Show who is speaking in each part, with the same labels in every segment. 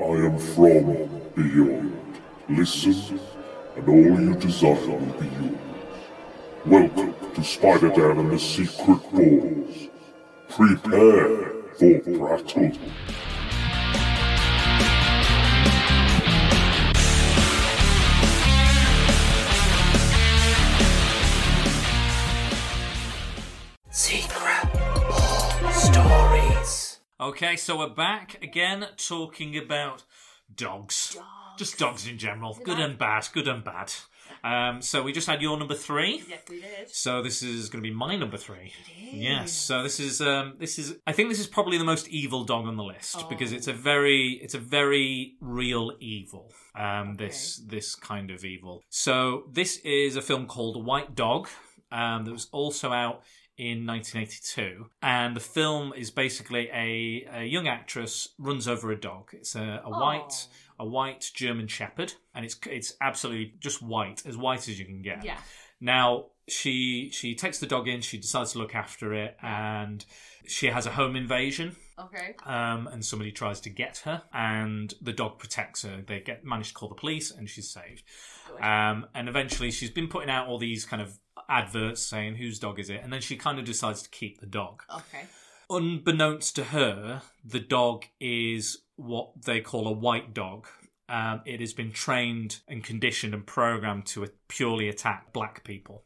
Speaker 1: I am from beyond. Listen, and all you desire will be yours. Welcome to Spider-Dan and the Secret Doors. Prepare for battle.
Speaker 2: Secret stories.
Speaker 3: Okay, so we're back again talking about dogs. Just dogs in general.
Speaker 4: Is it
Speaker 3: good
Speaker 4: bad?
Speaker 3: and bad, good and bad. Um, so we just had your number three.
Speaker 4: Yes, we did.
Speaker 3: So this is going to be my number three. Yes. So this is um, this is I think this is probably the most evil dog on the list because
Speaker 4: Oh.
Speaker 3: it's a very it's a very real evil. Um, this this kind of evil. So this is a film called White Dog um, that was also out in 1982, and the film is basically a, a young actress runs over a dog. It's a, a white
Speaker 4: Oh.
Speaker 3: a white German Shepherd, and it's it's absolutely just white, as white as you can get.
Speaker 4: Yeah.
Speaker 3: Now she she takes the dog in. She decides to look after it, and she has a home invasion.
Speaker 4: Okay.
Speaker 3: Um, and somebody tries to get her, and the dog protects her. They get manage to call the police, and she's saved. Um, and eventually, she's been putting out all these kind of adverts saying whose dog is it, and then she kind of decides to keep the dog.
Speaker 4: Okay.
Speaker 3: Unbeknownst to her, the dog is what they call a white dog. Um, it has been trained and conditioned and programmed to purely attack black people.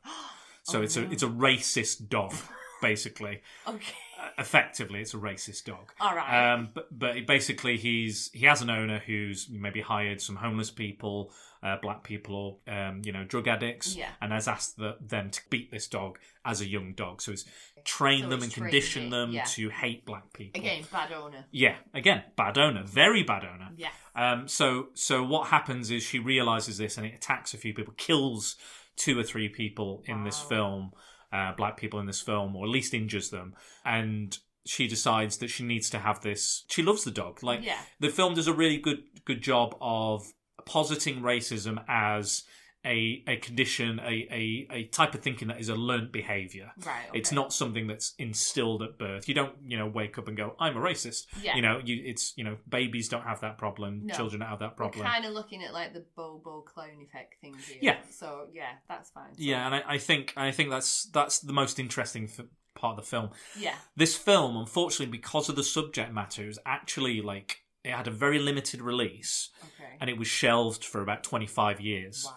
Speaker 3: So it's a it's a racist dog, basically.
Speaker 4: Okay.
Speaker 3: Uh, Effectively, it's a racist dog.
Speaker 4: All right.
Speaker 3: Um, but, but basically, he's he has an owner who's maybe hired some homeless people, uh, black people, or um, you know, drug addicts,
Speaker 4: Yeah.
Speaker 3: and has asked the, them to beat this dog as a young dog. So it's trained
Speaker 4: So
Speaker 3: them
Speaker 4: it's
Speaker 3: and
Speaker 4: trained
Speaker 3: conditioned
Speaker 4: it,
Speaker 3: them
Speaker 4: yeah.
Speaker 3: to hate black people.
Speaker 4: Again, bad owner.
Speaker 3: Yeah, again, bad owner, very bad owner.
Speaker 4: Yeah.
Speaker 3: Um, so so what happens is she realizes this and it attacks a few people, kills two or three people in this
Speaker 4: Wow.
Speaker 3: film, uh, black people in this film, or at least injures them, and she decides that she needs to have this. She loves the dog. Like
Speaker 4: yeah.
Speaker 3: the film does a really good good job of positing racism as a a condition, a a, a type of thinking that is a learnt behavior.
Speaker 4: Right.
Speaker 3: It's
Speaker 4: okay.
Speaker 3: not something that's instilled at birth. You don't, you know, wake up and go, "I'm a racist."
Speaker 4: Yeah.
Speaker 3: You know, you it's you know, babies don't have that problem.
Speaker 4: No.
Speaker 3: Children don't have that problem.
Speaker 4: We're kind of looking at like the Bobo clone effect thing here.
Speaker 3: Yeah.
Speaker 4: So yeah, that's fine. So,
Speaker 3: yeah, and I, I think I think that's that's the most interesting f- part of the film.
Speaker 4: yeah.
Speaker 3: This film, unfortunately, because of the subject matter, is actually like it had a very limited release
Speaker 4: Okay.
Speaker 3: and it was shelved for about twenty five years.
Speaker 4: wow.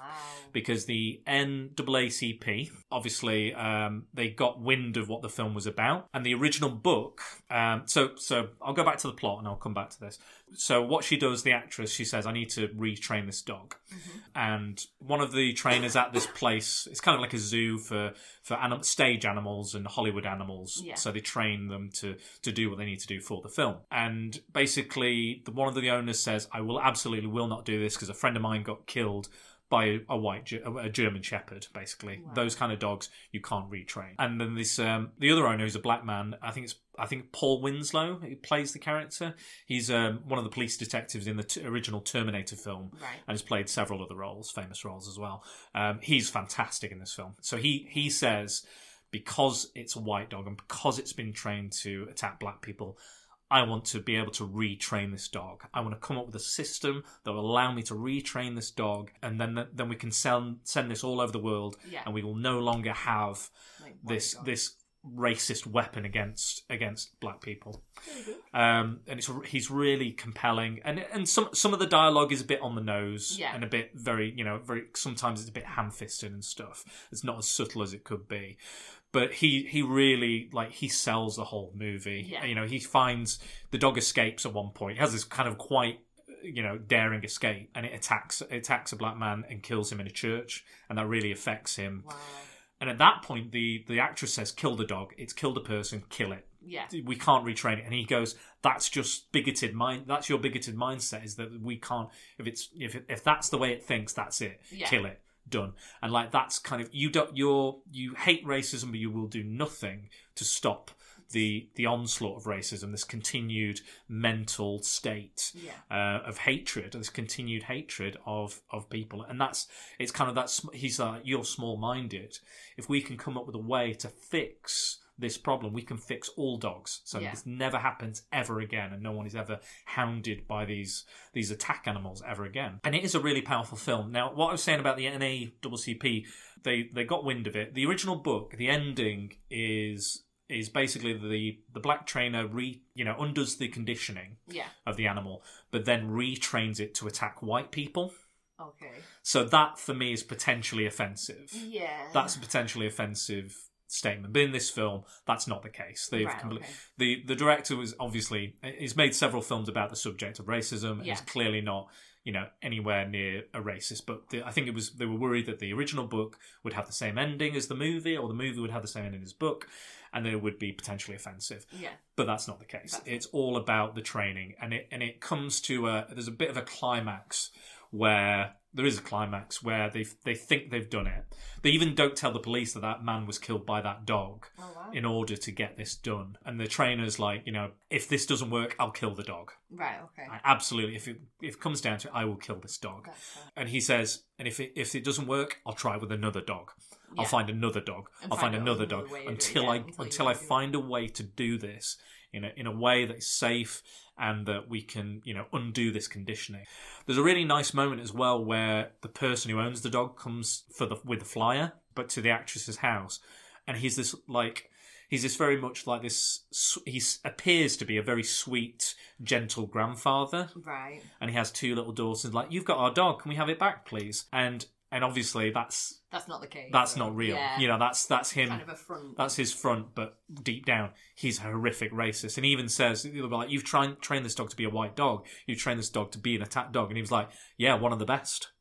Speaker 3: Because the NAACP, obviously, um, they got wind of what the film was about, and the original book. Um, so, so I'll go back to the plot, and I'll come back to this. So, what she does, the actress, she says, "I need to retrain this dog," and one of the trainers at this place, it's kind of like a zoo for for anim- stage animals and Hollywood animals.
Speaker 4: Yeah.
Speaker 3: So they train them to to do what they need to do for the film. And basically, the, one of the owners says, "I will absolutely will not do this because a friend of mine got killed." by a white Ge- a German Shepherd, basically.
Speaker 4: Wow.
Speaker 3: Those kind of dogs you can't retrain. And then this um, the other owner who's a black man. I think it's I think Paul Winslow who plays the character. He's um, one of the police detectives in the t- original Terminator film.
Speaker 4: Right.
Speaker 3: And has played several other roles, famous roles as well. Um, he's fantastic in this film. So he he says, because it's a white dog and because it's been trained to attack black people, I want to be able to retrain this dog. I want to come up with a system that will allow me to retrain this dog, and then then we can send send this all over the world,
Speaker 4: Yeah.
Speaker 3: and we will no longer have
Speaker 4: Like, what
Speaker 3: this
Speaker 4: dog?
Speaker 3: this racist weapon against against black people. Um, and it's he's really compelling, and and some some of the dialogue is a bit on the nose,
Speaker 4: Yeah.
Speaker 3: and a bit very you know very sometimes it's a bit ham fisted and stuff. It's not as subtle as it could be, but he he really like he sells the whole movie.
Speaker 4: Yeah.
Speaker 3: You know he finds the dog escapes at one point. He has this kind of quite you know daring escape, and it attacks it attacks a black man and kills him in a church, and that really affects him.
Speaker 4: Wow.
Speaker 3: And at that point, the the actress says, "Kill the dog. It's killed a person. Kill it.
Speaker 4: Yeah.
Speaker 3: We can't retrain it." And he goes, "That's just bigoted mind. That's your bigoted mindset. Is that we can't. If it's if it, if that's the way it thinks, that's it.
Speaker 4: Yeah.
Speaker 3: Kill it. Done. And like that's kind of you don't you're you hate racism, but you will do nothing to stop." The, the onslaught of racism, this continued mental state
Speaker 4: Yeah.
Speaker 3: uh, of hatred, this continued hatred of of people, and that's uh, it's kind of that sm- he's like you're small minded. If we can come up with a way to fix this problem. We can fix all dogs, so
Speaker 4: Yeah.
Speaker 3: this never happens ever again, and no one is ever hounded by these these attack animals ever again. And it is a really powerful film. Now, what I was saying about the NAACP, they they got wind of it. The original book, the ending is is basically the the black trainer re you know undoes the conditioning
Speaker 4: Yeah.
Speaker 3: of the animal, but then retrains it to attack white people.
Speaker 4: Okay.
Speaker 3: So that for me is potentially offensive.
Speaker 4: Yeah.
Speaker 3: That's a potentially offensive statement. But in this film, that's not the case. They've
Speaker 4: Right,
Speaker 3: complete-
Speaker 4: okay.
Speaker 3: the the director was obviously he's made several films about the subject of racism. and He's
Speaker 4: Yeah.
Speaker 3: clearly not you know anywhere near a racist. But the, I think it was they were worried that the original book would have the same ending as the movie, or the movie would have the same ending as book, and it would be potentially offensive
Speaker 4: yeah.
Speaker 3: but that's not the case.
Speaker 4: That's-
Speaker 3: it's all about the training, and it and it comes to a there's a bit of a climax where there is a climax where they they think they've done it. They even don't tell the police that that man was killed by that dog
Speaker 4: Oh wow.
Speaker 3: in order to get this done. And the trainer's like, you know, if this doesn't work, I'll kill the dog.
Speaker 4: right. Okay.
Speaker 3: I absolutely, if it if it comes down to it, I will kill this dog.
Speaker 4: That's fine.
Speaker 3: And he says, and if it if it doesn't work, I'll try with another dog. I'll
Speaker 4: Yeah.
Speaker 3: find another dog.
Speaker 4: And
Speaker 3: I'll
Speaker 4: find
Speaker 3: find
Speaker 4: out
Speaker 3: another
Speaker 4: another
Speaker 3: dog
Speaker 4: way of doing
Speaker 3: until
Speaker 4: it,
Speaker 3: I
Speaker 4: until you
Speaker 3: until
Speaker 4: can
Speaker 3: I
Speaker 4: do it.
Speaker 3: find a way to do this in a, in a way that's safe and that we can you know undo this conditioning. There's a really nice moment as well where the person who owns the dog comes for the with the flyer, but to the actress's house, and he's this like he's this very much like this. s- He s- appears to be a very sweet, gentle grandfather
Speaker 4: Right.
Speaker 3: and he has two little daughters. Like, you've got our dog. Can we have it back, please? And and obviously that's
Speaker 4: That's not the case.
Speaker 3: that's
Speaker 4: is it?
Speaker 3: not real.
Speaker 4: Yeah.
Speaker 3: You know, that's that's him.
Speaker 4: Kind of a front.
Speaker 3: that's his front, but deep down, he's a horrific racist. And he even says, they'll be like, you've trained trained this dog to be a white dog. You've trained this dog to be an attack dog. And he was like, yeah, one of the best.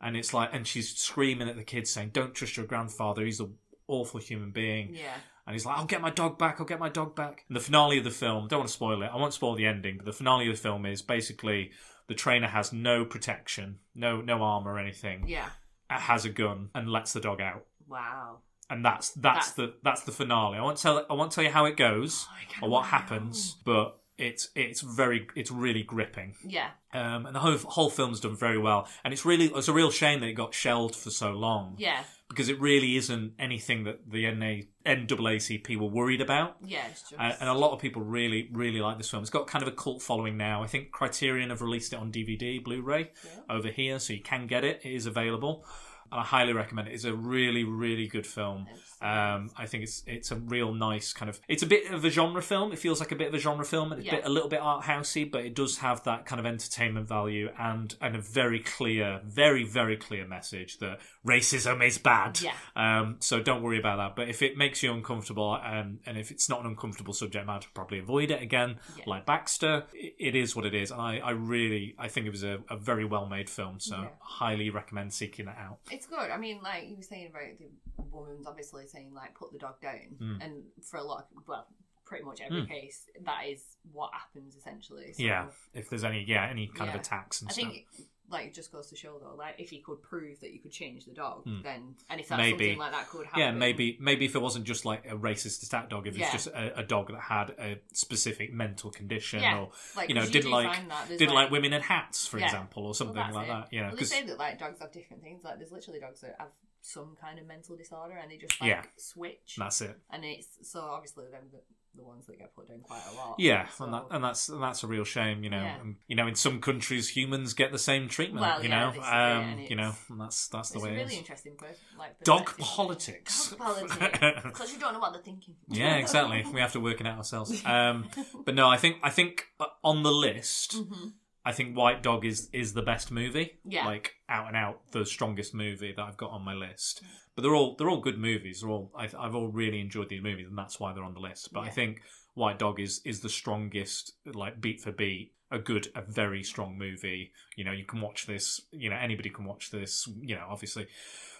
Speaker 3: And it's like, and she's screaming at the kids saying, don't trust your grandfather. He's an awful human being.
Speaker 4: yeah.
Speaker 3: And he's like, I'll get my dog back, I'll get my dog back. And the finale of the film, don't want to spoil it, I won't spoil the ending, but the finale of the film is basically the trainer has no protection, no no armor or anything,
Speaker 4: Yeah.
Speaker 3: uh, has a gun and lets the dog out.
Speaker 4: Wow.
Speaker 3: And that's that's,
Speaker 4: That's-
Speaker 3: the that's the finale. I won't tell I won't tell you how it goes
Speaker 4: I kinda
Speaker 3: or what
Speaker 4: wanna
Speaker 3: happens, but it's it's very it's really gripping.
Speaker 4: know. Yeah.
Speaker 3: Um, and the whole whole film's done very well. And it's really it's a real shame that it got shelved for so long.
Speaker 4: Yeah.
Speaker 3: Because it really isn't anything that the NA, NAACP were worried about.
Speaker 4: Yeah. It's just.
Speaker 3: Uh, and a lot of people really, really like this film. It's got kind of a cult following now. I think Criterion have released it on DVD, Blu-ray over here, so you can get it. It is available, and I highly recommend it. It's a really, really good film. Um, I think it's it's a real nice kind of. It's a bit of a genre film. It feels like a bit of a genre film, and it's a
Speaker 4: Yeah.
Speaker 3: bit, a little bit art housey, but it does have that kind of entertainment value and and a very clear, very very clear message that racism is bad.
Speaker 4: Yeah.
Speaker 3: Um, so don't worry about that. But if it makes you uncomfortable, um, and and if it's not an uncomfortable subject matter, probably avoid it again.
Speaker 4: Yeah.
Speaker 3: Like Baxter, i- it is what it is. And I, I really, I think it was a, a very well made film. So
Speaker 4: Yeah.
Speaker 3: highly recommend seeking that out.
Speaker 4: It's good. I mean, like you were saying about the woman's obviously saying like put the dog down,
Speaker 3: Mm.
Speaker 4: and for a lot, of, well, pretty much every case, that is what happens essentially. So
Speaker 3: Hmm. Yeah. If there's any, yeah, any kind
Speaker 4: Yeah.
Speaker 3: of attacks and
Speaker 4: I
Speaker 3: stuff.
Speaker 4: think like it just goes to show though, like if he could prove that you could change the dog,
Speaker 3: Mm.
Speaker 4: then and if that's
Speaker 3: Maybe.
Speaker 4: something like that could happen,
Speaker 3: yeah, maybe maybe if it wasn't just like a racist attack dog, if it's
Speaker 4: Yeah.
Speaker 3: just a, a dog that had a specific mental condition
Speaker 4: Yeah.
Speaker 3: or
Speaker 4: like
Speaker 3: you know,
Speaker 4: 'cause
Speaker 3: didn't
Speaker 4: do
Speaker 3: like-
Speaker 4: find that there's,
Speaker 3: didn't like, women in hats, for
Speaker 4: Yeah.
Speaker 3: example, or something
Speaker 4: that's
Speaker 3: like
Speaker 4: it.
Speaker 3: that. You know,
Speaker 4: Well, they
Speaker 3: 'cause-
Speaker 4: say that like dogs have different things. Like there's literally dogs that have some kind of mental disorder and they just like
Speaker 3: Yeah.
Speaker 4: switch,
Speaker 3: that's it.
Speaker 4: and it's so obviously them the, the ones that get put down quite a lot.
Speaker 3: Yeah,
Speaker 4: So-
Speaker 3: and, that, and that's and that's a real shame, you know.
Speaker 4: Yeah.
Speaker 3: And, you know, in some countries, humans get the same treatment.
Speaker 4: Well,
Speaker 3: you
Speaker 4: yeah,
Speaker 3: know,
Speaker 4: this is it,
Speaker 3: um,
Speaker 4: and
Speaker 3: you know,
Speaker 4: it's-
Speaker 3: and that's that's the
Speaker 4: It's a
Speaker 3: way
Speaker 4: really
Speaker 3: it is.
Speaker 4: interesting person, like
Speaker 3: Dog
Speaker 4: perspective.
Speaker 3: politics.
Speaker 4: Dog politics. Because you don't know what they're thinking.
Speaker 3: yeah, exactly. We have to work it out ourselves. Um, but no, I think I think uh, on the list,
Speaker 4: Mhm.
Speaker 3: I think White Dog is is the best movie.
Speaker 4: Yeah.
Speaker 3: like out and out, the strongest movie that I've got on my list. But they're all they're all good movies. They're all I've, I've all really enjoyed these movies, and that's why they're on the list. But I
Speaker 4: Yeah.
Speaker 3: think White Dog is is the strongest, like beat for beat, a good, a very strong movie. You know, you can watch this. You know, anybody can watch this. You know, obviously.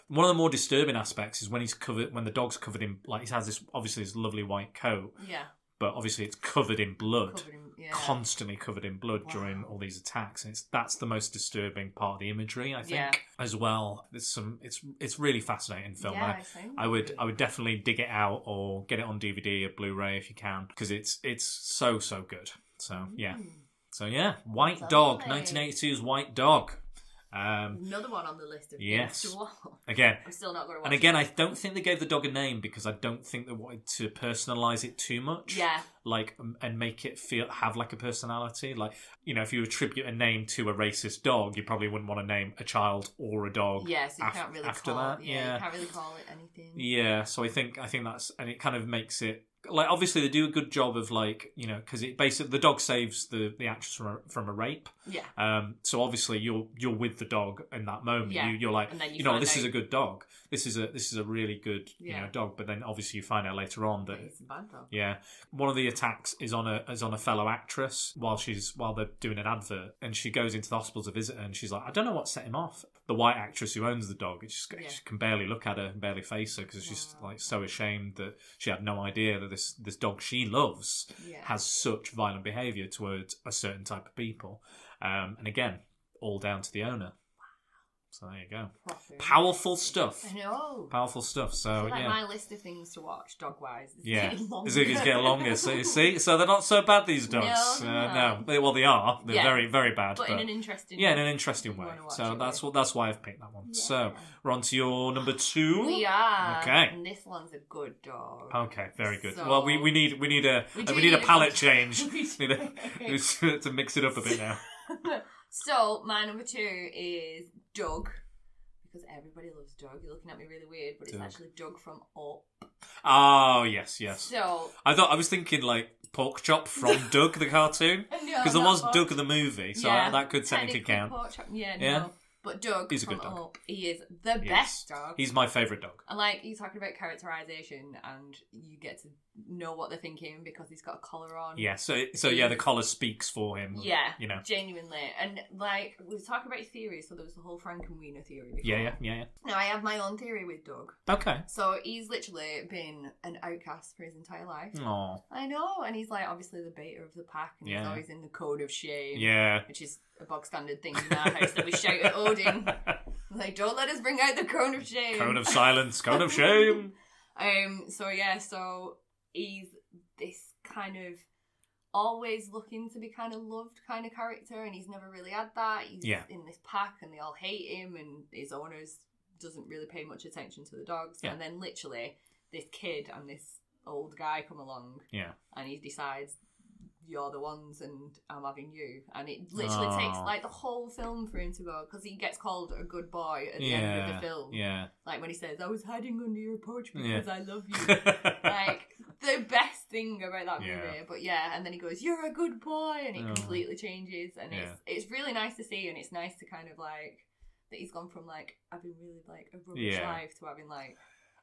Speaker 3: One of the more disturbing aspects is when he's covered, when the dog's covered in, like he has this obviously his lovely white coat,
Speaker 4: Yeah.
Speaker 3: but obviously it's covered in blood
Speaker 4: Covered in, yeah.
Speaker 3: constantly covered in blood
Speaker 4: Wow.
Speaker 3: during all these attacks and it's that's the most disturbing part of the imagery i think
Speaker 4: Yeah.
Speaker 3: as well there's some it's it's really fascinating film
Speaker 4: Yeah,
Speaker 3: I,
Speaker 4: I think.
Speaker 3: I would I would definitely dig it out or get it on DVD or Blu-ray if you can because it's it's so so good so yeah
Speaker 4: Mm.
Speaker 3: so yeah White
Speaker 4: Lovely.
Speaker 3: Dog 1982's White Dog Um,
Speaker 4: Another one on the list of
Speaker 3: Yes.
Speaker 4: yes. to watch.
Speaker 3: again,
Speaker 4: I'm still not going to watch
Speaker 3: and again, I don't think they gave the dog a name because I don't think they wanted to personalize it too
Speaker 4: it.
Speaker 3: much.
Speaker 4: Yeah.
Speaker 3: Like um, and make it feel have like a personality. Like you know, if you attribute a name to a racist dog, you probably wouldn't want to name a child or a dog.
Speaker 4: Yeah, so you
Speaker 3: af-
Speaker 4: can't really
Speaker 3: after
Speaker 4: call
Speaker 3: that,
Speaker 4: it. Yeah,
Speaker 3: yeah.
Speaker 4: You can't really call it anything.
Speaker 3: Yeah, so I think I think that's and it kind of makes it like obviously they do a good job of like you know because it basically the dog saves the the actress from a, from a rape.
Speaker 4: Yeah.
Speaker 3: Um, so obviously you're you're with the dog in that moment.
Speaker 4: Yeah.
Speaker 3: You, you're like
Speaker 4: And then you
Speaker 3: you know
Speaker 4: find
Speaker 3: this is
Speaker 4: out-
Speaker 3: a good dog. This is a this is a really good you
Speaker 4: Yeah.
Speaker 3: know dog. But then obviously you find out later on that.
Speaker 4: It's a bad dog.
Speaker 3: Yeah, one of the attacks is on a is on a fellow actress while she's while they're doing an advert, and she goes into the hospital to visit her, and she's like, "I don't know what set him off." The white actress who owns the dog, it's just,
Speaker 4: Yeah.
Speaker 3: she can barely look at her, and barely face her because she's
Speaker 4: Wow.
Speaker 3: like so ashamed that she had no idea that this this dog she loves
Speaker 4: Yeah.
Speaker 3: has such violent behaviour towards a certain type of people, um, and again, all down to the owner. So there you go,
Speaker 4: Proper.
Speaker 3: powerful stuff,
Speaker 4: I know.
Speaker 3: powerful stuff.
Speaker 4: I
Speaker 3: So
Speaker 4: feel like
Speaker 3: yeah.
Speaker 4: my list of things to watch dog wise is
Speaker 3: Yeah,
Speaker 4: getting longer.
Speaker 3: It's it's getting longer. So, see, so they're not so bad these
Speaker 4: No,
Speaker 3: dogs.
Speaker 4: they're
Speaker 3: uh, no,
Speaker 4: not.
Speaker 3: they, well, they are. They're
Speaker 4: Yeah.
Speaker 3: very, very bad.
Speaker 4: but in an interesting
Speaker 3: yeah, in an interesting way.
Speaker 4: Wanna watch
Speaker 3: So
Speaker 4: it
Speaker 3: that's
Speaker 4: with.
Speaker 3: what that's why I've picked that one. So
Speaker 4: Yeah.
Speaker 3: we're on to your number two.
Speaker 4: We are.
Speaker 3: Okay.
Speaker 4: And this one's a good dog.
Speaker 3: Okay, very good.
Speaker 4: So-
Speaker 3: well, we, we need we need a we,
Speaker 4: do
Speaker 3: we need a
Speaker 4: need a-
Speaker 3: palette change.
Speaker 4: We do.
Speaker 3: Need a- to mix it up a bit now.
Speaker 4: So my number two is Doug. Because everybody loves Doug. You're looking at me really weird, but it's
Speaker 3: Doug.
Speaker 4: actually Doug from Up.
Speaker 3: Oh yes, yes.
Speaker 4: So
Speaker 3: I thought I was thinking like pork chop from Doug the cartoon because there was Doug the movie, so
Speaker 4: Oh, Yeah,
Speaker 3: that could technically count.
Speaker 4: Yeah, no.
Speaker 3: Yeah.
Speaker 4: But Doug
Speaker 3: He's a
Speaker 4: from
Speaker 3: good dog.
Speaker 4: Up, he is the
Speaker 3: Yes.
Speaker 4: best dog.
Speaker 3: He's my favourite dog.
Speaker 4: And like you talking about characterization, and you get to know what they're thinking because he's got a collar on.
Speaker 3: Yeah. So so yeah, the collar speaks for him.
Speaker 4: Yeah.
Speaker 3: You know.
Speaker 4: Genuinely, and like we were talking about theories, so there was the whole Frankenweenie theory. Before.
Speaker 3: Yeah, yeah, yeah,
Speaker 4: Now I have my own theory with Doug.
Speaker 3: yeah. Okay.
Speaker 4: So he's literally been an outcast for his entire life.
Speaker 3: Oh,
Speaker 4: I know, and he's like obviously the beta of the pack, and he's
Speaker 3: Yeah.
Speaker 4: always in the code of shame.
Speaker 3: yeah.
Speaker 4: Which is a bog standard thing in our house that we shout at Odin. Like, don't let us bring out the cone of shame.
Speaker 3: Cone of silence, cone of shame.
Speaker 4: Um. So yeah. So he's this kind of always looking to be kind of loved kind of character, and he's never really had that. He's
Speaker 3: Yeah.
Speaker 4: in this pack, and they all hate him, and his owners doesn't really pay much attention to the dogs.
Speaker 3: Yeah.
Speaker 4: And then literally, this kid and this old guy come along,
Speaker 3: Yeah.
Speaker 4: and he decides. You're the ones, and I'm having you. And it literally
Speaker 3: Aw.
Speaker 4: takes like the whole film for him to go because he gets called a good boy at the end
Speaker 3: Yeah.
Speaker 4: of the film.
Speaker 3: Yeah.
Speaker 4: Like when he says, "I was hiding under your porch
Speaker 3: Yeah.
Speaker 4: because I love you." like the best thing about that movie.
Speaker 3: Yeah.
Speaker 4: But yeah, and then he goes, "You're a good boy," and it
Speaker 3: Oh.
Speaker 4: completely changes, and it's it's really nice to see, and it's nice to kind of like that he's gone from like having really like a rubbish
Speaker 3: Yeah.
Speaker 4: life to having like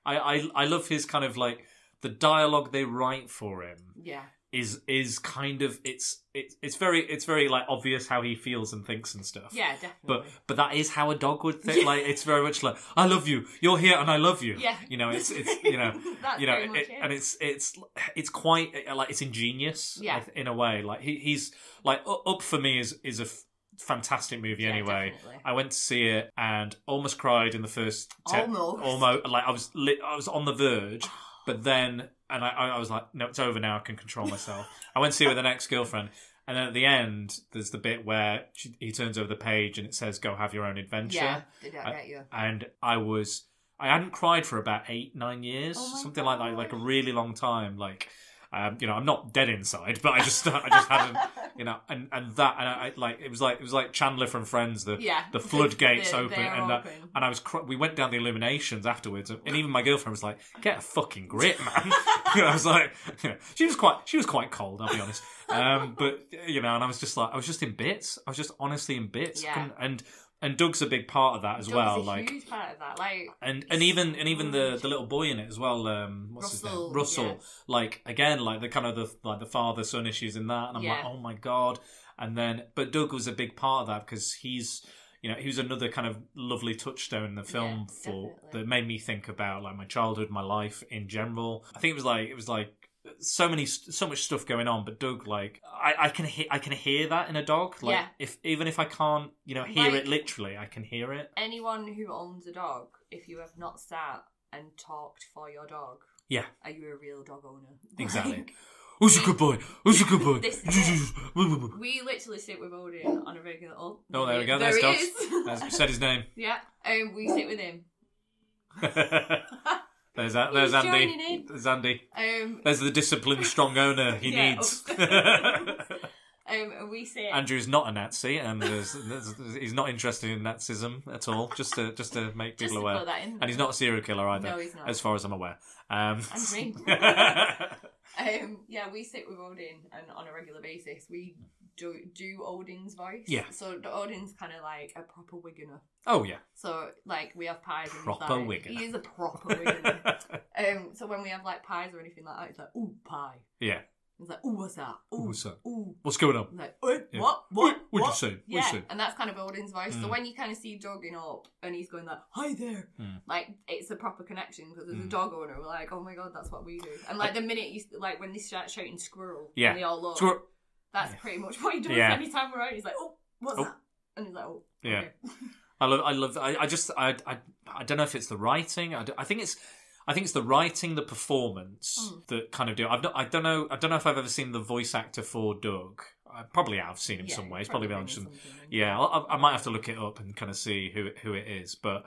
Speaker 3: I, I I love his kind of like the dialogue they write for him
Speaker 4: yeah
Speaker 3: is is kind of it's it's it's very it's very like obvious how he feels and thinks and stuff.
Speaker 4: yeah definitely
Speaker 3: But but that is how a dog would think.
Speaker 4: Yeah.
Speaker 3: Like it's very much like I love you. You're here and I love you.
Speaker 4: yeah
Speaker 3: You know it's it's you know
Speaker 4: That's
Speaker 3: you know,
Speaker 4: very much
Speaker 3: it- and it's it's it's quite uh, like it's ingenious,
Speaker 4: Yeah.
Speaker 3: I th- in a way. Like he, he's like U- up for me is is a f- fantastic movie.
Speaker 4: Yeah,
Speaker 3: anyway,
Speaker 4: definitely.
Speaker 3: I went to see it and almost cried in the first
Speaker 4: Almost?
Speaker 3: almost like I was lit, I was on the verge, but then and I, I I was like, no, it's over now. I can control myself. I went to see it with an ex girlfriend. And then at the end, there's the bit where she, he turns over the page and it says, "Go have your own adventure."
Speaker 4: yeah did I
Speaker 3: I-
Speaker 4: get you
Speaker 3: and I was I hadn't cried for about eight nine years
Speaker 4: Oh my
Speaker 3: something like that like a
Speaker 4: gosh.
Speaker 3: really long time like um, you know I'm not dead inside but I just I just hadn't you know and and that and I, I like it was like it was like Chandler from Friends the
Speaker 4: yeah
Speaker 3: the floodgates
Speaker 4: They're-
Speaker 3: open
Speaker 4: they're
Speaker 3: and that-
Speaker 4: open.
Speaker 3: and I was cr- we went down the illuminations afterwards and even my girlfriend was like get a fucking grip man you know, I was like you know, she was quite she was quite cold I'll be honest um, but you know and I was just like I was just in bits I was just honestly in bits I
Speaker 4: Yeah.
Speaker 3: couldn't- and and Doug's a big part of that as
Speaker 4: Doug's
Speaker 3: well
Speaker 4: a
Speaker 3: like
Speaker 4: huge part of that like
Speaker 3: and and even and even the the little boy in it as well. Um, what's his name?
Speaker 4: Russell,
Speaker 3: Russell.
Speaker 4: yeah.
Speaker 3: Like again, like the kind of the like the father son issues in that, and I'm like,
Speaker 4: Yeah.
Speaker 3: oh my god. And then, but Doug was a big part of that because he's. You know, he was another kind of lovely touchstone in the film
Speaker 4: Yeah,
Speaker 3: for
Speaker 4: definitely.
Speaker 3: that made me think about like my childhood, my life in general. I think it was like it was like so many so much stuff going on, but Doug like I, I can hear I can hear that in a dog. Like
Speaker 4: Yeah.
Speaker 3: if even if I can't you know hear
Speaker 4: Like-
Speaker 3: it literally, I can hear it.
Speaker 4: anyone who owns a dog, if you have not sat and talked for your dog,
Speaker 3: Yeah.
Speaker 4: are you a real dog owner?
Speaker 3: Exactly.
Speaker 4: Like,
Speaker 3: Who's a good boy? Who's a good boy?
Speaker 4: This is We literally sit with Odin on a regular. Oh,
Speaker 3: Oh, there we go.
Speaker 4: There
Speaker 3: There's Uh,
Speaker 4: he
Speaker 3: Dobbs.
Speaker 4: is.
Speaker 3: That's- said his name.
Speaker 4: yeah, um, we sit with him.
Speaker 3: there's that. There's
Speaker 4: He's joining
Speaker 3: Andy.
Speaker 4: in.
Speaker 3: There's Andy.
Speaker 4: Um,
Speaker 3: There's the disciplined, strong owner he
Speaker 4: Yeah,
Speaker 3: needs.
Speaker 4: upstairs. um, and we sit.
Speaker 3: Andrew's not a Nazi, and there's, there's, he's not interested in Nazism at all. Just to just to make
Speaker 4: just
Speaker 3: people
Speaker 4: to
Speaker 3: aware,
Speaker 4: put that in.
Speaker 3: and he's not a serial killer either,
Speaker 4: No, he's not.
Speaker 3: as far as I'm aware. Um,
Speaker 4: And me. Um, yeah, we sit with Odin and on a regular basis. We do do Odin's voice.
Speaker 3: Yeah.
Speaker 4: So the Odin's kind of like a proper Wiganer.
Speaker 3: oh yeah.
Speaker 4: So like we have pies. and he's
Speaker 3: Proper
Speaker 4: like-
Speaker 3: Wiganer.
Speaker 4: He is a proper Wiganer. um, so when we have like pies or anything like that, it's like ooh pie.
Speaker 3: Yeah.
Speaker 4: It's like ooh what's that? Ooh
Speaker 3: What's that?
Speaker 4: Ooh.
Speaker 3: What's going on?
Speaker 4: I'm Like "Eh,
Speaker 3: Yeah.
Speaker 4: what? What?
Speaker 3: What you
Speaker 4: what?"
Speaker 3: saying? What you
Speaker 4: Yeah,
Speaker 3: saying?
Speaker 4: and that's kind of Odin's voice. So
Speaker 3: Mm.
Speaker 4: when you kind of see dogging up and he's going like, "Hi there,"
Speaker 3: Mm.
Speaker 4: like it's a proper connection because there's a
Speaker 3: Mm.
Speaker 4: dog owner. We're like, "Oh my god, that's what we do." And like the minute you like when they start shouting squirrel,
Speaker 3: Yeah.
Speaker 4: and they all look.
Speaker 3: Squirrel.
Speaker 4: That's pretty much what he does
Speaker 3: Yeah.
Speaker 4: every time we're out. He's like, "Oh, what's
Speaker 3: Oh.
Speaker 4: that?" And he's like, "Oh,
Speaker 3: Yeah.
Speaker 4: okay."
Speaker 3: I love. I love. I, I just. I, I. I don't know if it's the writing. I, d- I think it's. I think it's the writing, the performance
Speaker 4: Mm.
Speaker 3: that kind of do. I've not. I don't know. I don't know if I've ever seen the voice actor for Doug. I probably have seen him
Speaker 4: Yeah,
Speaker 3: somewhere. He's probably been on
Speaker 4: been
Speaker 3: some.
Speaker 4: in something.
Speaker 3: Yeah, I'll, I I might have to look it up and kind of see who it- who it is, but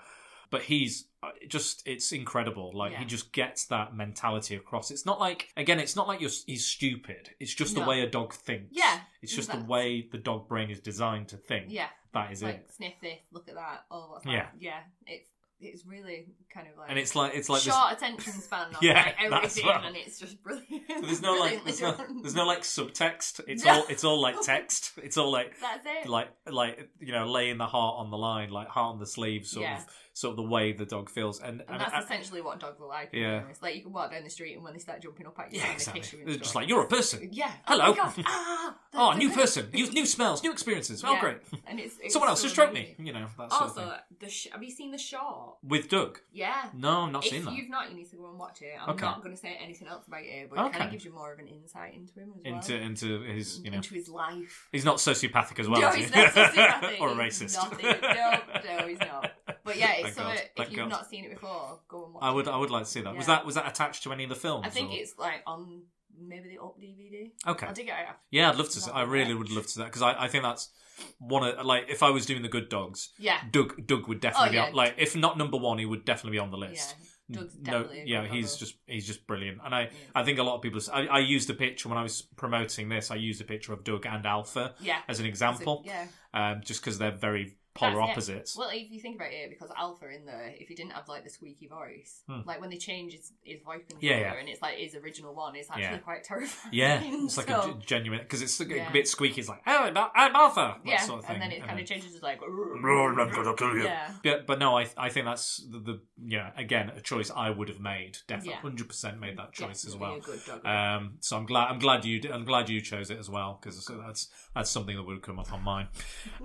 Speaker 3: but he's uh, just it's incredible. Like
Speaker 4: Yeah.
Speaker 3: he just gets that mentality across. It's not like again, it's not like you're s- he's stupid. It's just the
Speaker 4: No.
Speaker 3: way a dog thinks.
Speaker 4: Yeah,
Speaker 3: it's just the
Speaker 4: exactly.
Speaker 3: way the dog brain is designed to think.
Speaker 4: Yeah.
Speaker 3: that is
Speaker 4: like
Speaker 3: it.
Speaker 4: sniff this, look at that, oh what's that?
Speaker 3: Yeah.
Speaker 4: yeah. It's it's really kind of like
Speaker 3: And it's like it's like this
Speaker 4: short attention span on
Speaker 3: Yeah,
Speaker 4: like
Speaker 3: that's
Speaker 4: everything,
Speaker 3: right.
Speaker 4: and it's just brilliant.
Speaker 3: So there's no like
Speaker 4: Brilliantly
Speaker 3: there's no,
Speaker 4: done.
Speaker 3: there's no like subtext. It's
Speaker 4: No.
Speaker 3: all it's all like text. It's all like
Speaker 4: that's it.
Speaker 3: like like you know laying the heart on the line, like heart on the sleeve, sort
Speaker 4: Yeah.
Speaker 3: of sort of the way the dog feels. And,
Speaker 4: and that's essentially what dogs are like. to be
Speaker 3: Yeah.
Speaker 4: honest. like you can walk down the street and when they start jumping up at you,
Speaker 3: yeah,
Speaker 4: and
Speaker 3: exactly.
Speaker 4: they kiss you and
Speaker 3: They're
Speaker 4: stuff.
Speaker 3: just like you're a person.
Speaker 4: yeah,
Speaker 3: Hello.
Speaker 4: Oh, my God. Ah,
Speaker 3: Oh,
Speaker 4: that's
Speaker 3: new
Speaker 4: it.
Speaker 3: person. New, new smells, new experiences. Oh,
Speaker 4: Yeah.
Speaker 3: great.
Speaker 4: And it's, it's
Speaker 3: Someone else
Speaker 4: so
Speaker 3: just dropped me.
Speaker 4: amazing.
Speaker 3: You know that sort of
Speaker 4: Also,
Speaker 3: thing.
Speaker 4: the sh- have you seen the short?
Speaker 3: With Doug?
Speaker 4: Yeah.
Speaker 3: No, I've not
Speaker 4: If
Speaker 3: seen that.
Speaker 4: you've not, you need to go and watch it. I'm
Speaker 3: Okay.
Speaker 4: not going to say anything else about it, but it kind
Speaker 3: Okay.
Speaker 4: of gives you more of an insight into him as well.
Speaker 3: Into into his you know
Speaker 4: into his life.
Speaker 3: he's not sociopathic as well.
Speaker 4: no,
Speaker 3: is he?
Speaker 4: he's not sociopathic.
Speaker 3: or a
Speaker 4: He's
Speaker 3: racist.
Speaker 4: nothing. No, no, he's not. But yeah,
Speaker 3: Thank
Speaker 4: it's so
Speaker 3: God.
Speaker 4: if
Speaker 3: Thank
Speaker 4: you've
Speaker 3: God.
Speaker 4: not seen it before, go and watch
Speaker 3: I would
Speaker 4: it.
Speaker 3: I would like to see that. Was
Speaker 4: Yeah.
Speaker 3: that was that attached to any of the films?
Speaker 4: I think
Speaker 3: or-
Speaker 4: it's like on maybe the up DVD.
Speaker 3: okay.
Speaker 4: I'll dig it out.
Speaker 3: Yeah, I'd love to. See,
Speaker 4: Love
Speaker 3: I really
Speaker 4: that.
Speaker 3: would love to see that because I, I think that's one of like if I was doing the good dogs,
Speaker 4: Yeah.
Speaker 3: Doug Doug would definitely
Speaker 4: Oh, yeah.
Speaker 3: be on, like if not number one, he would definitely be on the
Speaker 4: Yeah.
Speaker 3: list.
Speaker 4: Doug's
Speaker 3: No,
Speaker 4: definitely a good
Speaker 3: yeah,
Speaker 4: dog
Speaker 3: he's
Speaker 4: though.
Speaker 3: just he's just brilliant, and I
Speaker 4: Yeah.
Speaker 3: I think a lot of people. I, I used a picture when I was promoting this. I used a picture of Doug and Alpha
Speaker 4: Yeah.
Speaker 3: as an
Speaker 4: So,
Speaker 3: example,
Speaker 4: yeah.
Speaker 3: um, just because they're very polar
Speaker 4: That's it.
Speaker 3: opposites.
Speaker 4: Well, if you think about it, because Alpha in there, if he didn't have like the squeaky voice,
Speaker 3: Hmm.
Speaker 4: like when they change his, his voice controller
Speaker 3: Yeah, yeah.
Speaker 4: and it's like his original one, it's actually
Speaker 3: Yeah.
Speaker 4: quite terrifying.
Speaker 3: Yeah, it's like a
Speaker 4: So-
Speaker 3: g- genuine because it's a g-
Speaker 4: Yeah.
Speaker 3: bit squeaky. It's like oh, I'm, Al- I'm Alpha, that
Speaker 4: yeah,
Speaker 3: sort of thing.
Speaker 4: and then it kind of changes to like.
Speaker 3: I'm gonna kill you.
Speaker 4: Yeah.
Speaker 3: Yeah, but no, I I think that's the, the yeah again a choice I would have made. Definitely,
Speaker 4: Yeah.
Speaker 3: hundred percent made that choice as
Speaker 4: Definitely
Speaker 3: well.
Speaker 4: a good dog.
Speaker 3: Um, so I'm glad I'm glad you I'm glad you chose it as well because that's that's something that would have come up on mine.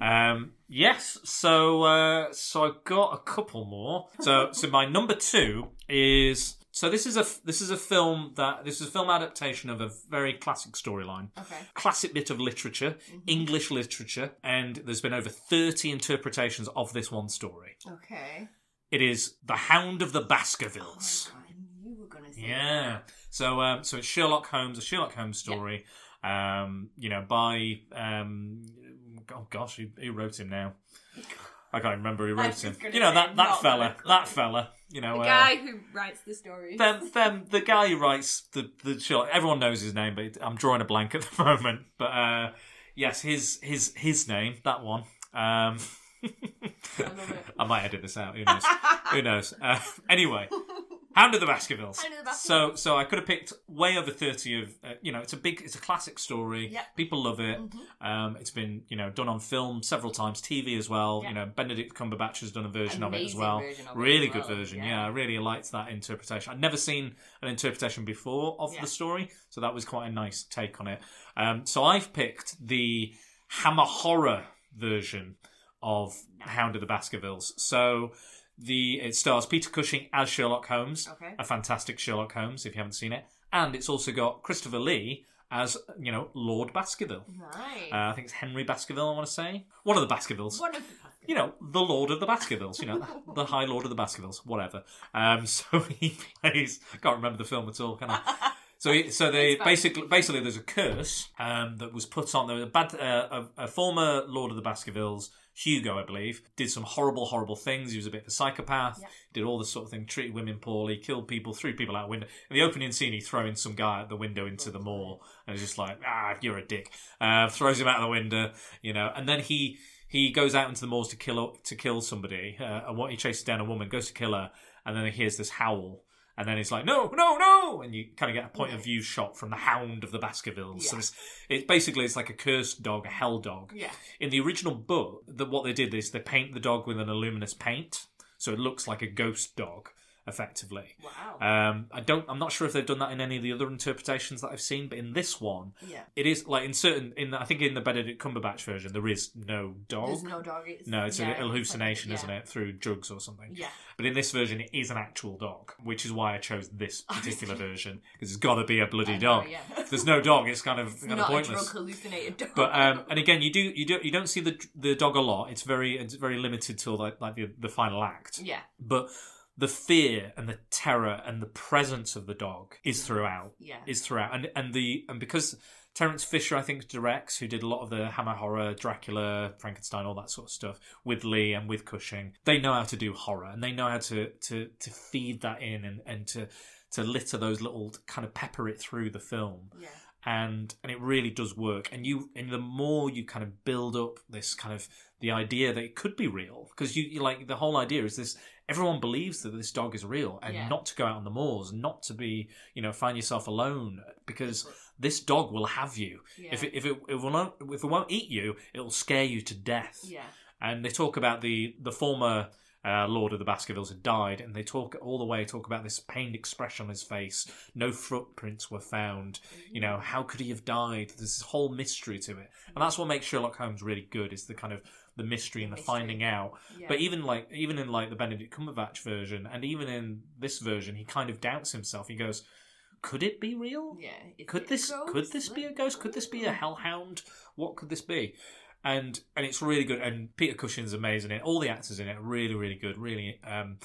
Speaker 3: Um, yes, so uh, so I've got a couple more. So so my number two is so this is a this is a film that this is a film adaptation of a very classic storyline
Speaker 4: okay.
Speaker 3: classic bit of literature,
Speaker 4: Mm-hmm.
Speaker 3: English literature, and there's been over 30 interpretations of this one story.
Speaker 4: Okay. Oh
Speaker 3: It is The Hound of the Baskervilles.
Speaker 4: I knew you were gonna say.
Speaker 3: yeah. So um, so it's Sherlock Holmes, a Sherlock Holmes story, um, you know, by um, oh gosh, who, who wrote him now? I can't remember who
Speaker 4: I
Speaker 3: wrote
Speaker 4: was
Speaker 3: him.
Speaker 4: gonna
Speaker 3: You know
Speaker 4: say,
Speaker 3: that, that
Speaker 4: not
Speaker 3: fella,
Speaker 4: Philip
Speaker 3: that
Speaker 4: Pulley.
Speaker 3: fella. You know,
Speaker 4: The
Speaker 3: uh,
Speaker 4: guy who writes the story.
Speaker 3: them, them, the guy who writes the the show. Everyone knows his name, but I'm drawing a blank at the moment. But uh, yes, his his his name, that one. Um,
Speaker 4: love it.
Speaker 3: I might edit this out. Who knows? who knows? Uh, anyway, Hound of the Baskervilles.
Speaker 4: Hound of the Baskervilles.
Speaker 3: So so I could have picked way over thirty of uh, you know it's a big it's a classic story.
Speaker 4: Yeah.
Speaker 3: People love it.
Speaker 4: Mhm.
Speaker 3: Um, it's been you know done on film several times, TV as well.
Speaker 4: Yeah.
Speaker 3: You know Benedict Cumberbatch has done a version of it as
Speaker 4: Amazing
Speaker 3: well.
Speaker 4: version of it
Speaker 3: really
Speaker 4: as
Speaker 3: good
Speaker 4: well,
Speaker 3: version. Yeah.
Speaker 4: yeah.
Speaker 3: I really liked that interpretation. I'd never seen an interpretation before of
Speaker 4: Yeah.
Speaker 3: the story, so that was quite a nice take on it. Um, so I've picked the Hammer Horror version of Hound of the Baskervilles. So the it stars Peter Cushing as Sherlock Holmes,
Speaker 4: Okay.
Speaker 3: a fantastic Sherlock Holmes if you haven't seen it, and it's also got Christopher Lee as you know Lord Baskerville.
Speaker 4: Nice.
Speaker 3: Uh, I think it's Henry Baskerville. I want to say one of the Baskervilles.
Speaker 4: One of the
Speaker 3: You know, the Lord of the Baskervilles. You know, the High Lord of the Baskervilles. Whatever. Um, so he plays. I can't remember the film at all. Can I? So, so they
Speaker 4: It's bad.
Speaker 3: basically, basically, there's a curse um, that was put on there. was A bad, uh, a, a former Lord of the Baskervilles, Hugo, I believe, did some horrible, horrible things. He was a bit of a psychopath.
Speaker 4: Yeah.
Speaker 3: Did all this sort of thing, treated women poorly, killed people, threw people out a window. In the opening scene, he throwing some guy out the window into the moor, and it's just like, ah, you're a dick. Uh, throws him out the window, you know, and then he he goes out into the moors to kill to kill somebody, uh, and what he chases down a woman, goes to kill her, and then he hears this howl, and then he's like, no, no, no, and you kind of get a point of view shot from the hound of the Baskervilles. So
Speaker 4: Yeah.
Speaker 3: this, it basically it's like a cursed dog, a hell dog.
Speaker 4: Yeah.
Speaker 3: In the original book, that what they did is they paint the dog with an illuminous paint, so it looks like a ghost dog, effectively.
Speaker 4: Wow.
Speaker 3: Um, I don't. I'm not sure if they've done that in any of the other interpretations that I've seen, but in this one,
Speaker 4: yeah.
Speaker 3: it is like in certain. In the, I think in the Benedict Cumberbatch version, there is no dog.
Speaker 4: There's no dog. It's,
Speaker 3: No, it's
Speaker 4: yeah,
Speaker 3: an hallucination,
Speaker 4: yeah.
Speaker 3: isn't it? Through drugs or something.
Speaker 4: Yeah.
Speaker 3: But in this version, it is an actual dog, which is why I chose this particular
Speaker 4: Obviously.
Speaker 3: version because it's got to be a bloody
Speaker 4: I know,
Speaker 3: dog.
Speaker 4: yeah.
Speaker 3: If there's no dog, it's kind of
Speaker 4: It's
Speaker 3: kind of
Speaker 4: not a drug
Speaker 3: pointless.
Speaker 4: hallucinated dog.
Speaker 3: But um, and again, you do you do you don't see the the dog a lot. It's very it's very limited till like, like the the final act.
Speaker 4: yeah.
Speaker 3: But the fear and the terror and the presence of the dog is throughout.
Speaker 4: Yeah.
Speaker 3: Is throughout, and and the and because Terence Fisher, I think, directs, who did a lot of the Hammer horror, Dracula, Frankenstein, all that sort of stuff with Lee and with Cushing. They know how to do horror, and they know how to to to feed that in and and to to litter those little to kind of pepper it through the film
Speaker 4: Yeah.
Speaker 3: and and it really does work and you and the more you kind of build up this kind of the idea that it could be real because you, you like the whole idea is this everyone believes that this dog is real and
Speaker 4: Yeah.
Speaker 3: not to go out on the moors not to be you know find yourself alone because this dog will have you
Speaker 4: Yeah.
Speaker 3: if it, if it, it will not, if it won't eat you it'll scare you to death
Speaker 4: yeah.
Speaker 3: and they talk about the the former uh, Lord of the Baskervilles had died, and they talk all the way talk about this pained expression on his face. No footprints were found. You know, how could he have died? There's this whole mystery to it, and that's what makes Sherlock Holmes really good is the kind of the mystery and the
Speaker 4: Mystery.
Speaker 3: finding out.
Speaker 4: Yeah.
Speaker 3: But even like even in like the Benedict Cumberbatch version, and even in this version, he kind of doubts himself. He goes, "Could it be real?
Speaker 4: yeah. Is it
Speaker 3: could
Speaker 4: a
Speaker 3: this
Speaker 4: ghost?
Speaker 3: could this be a ghost? Could this be a hellhound? What could this be? And and it's really good. And Peter Cushing's amazing in it. All the actors in it are really really good. Really um,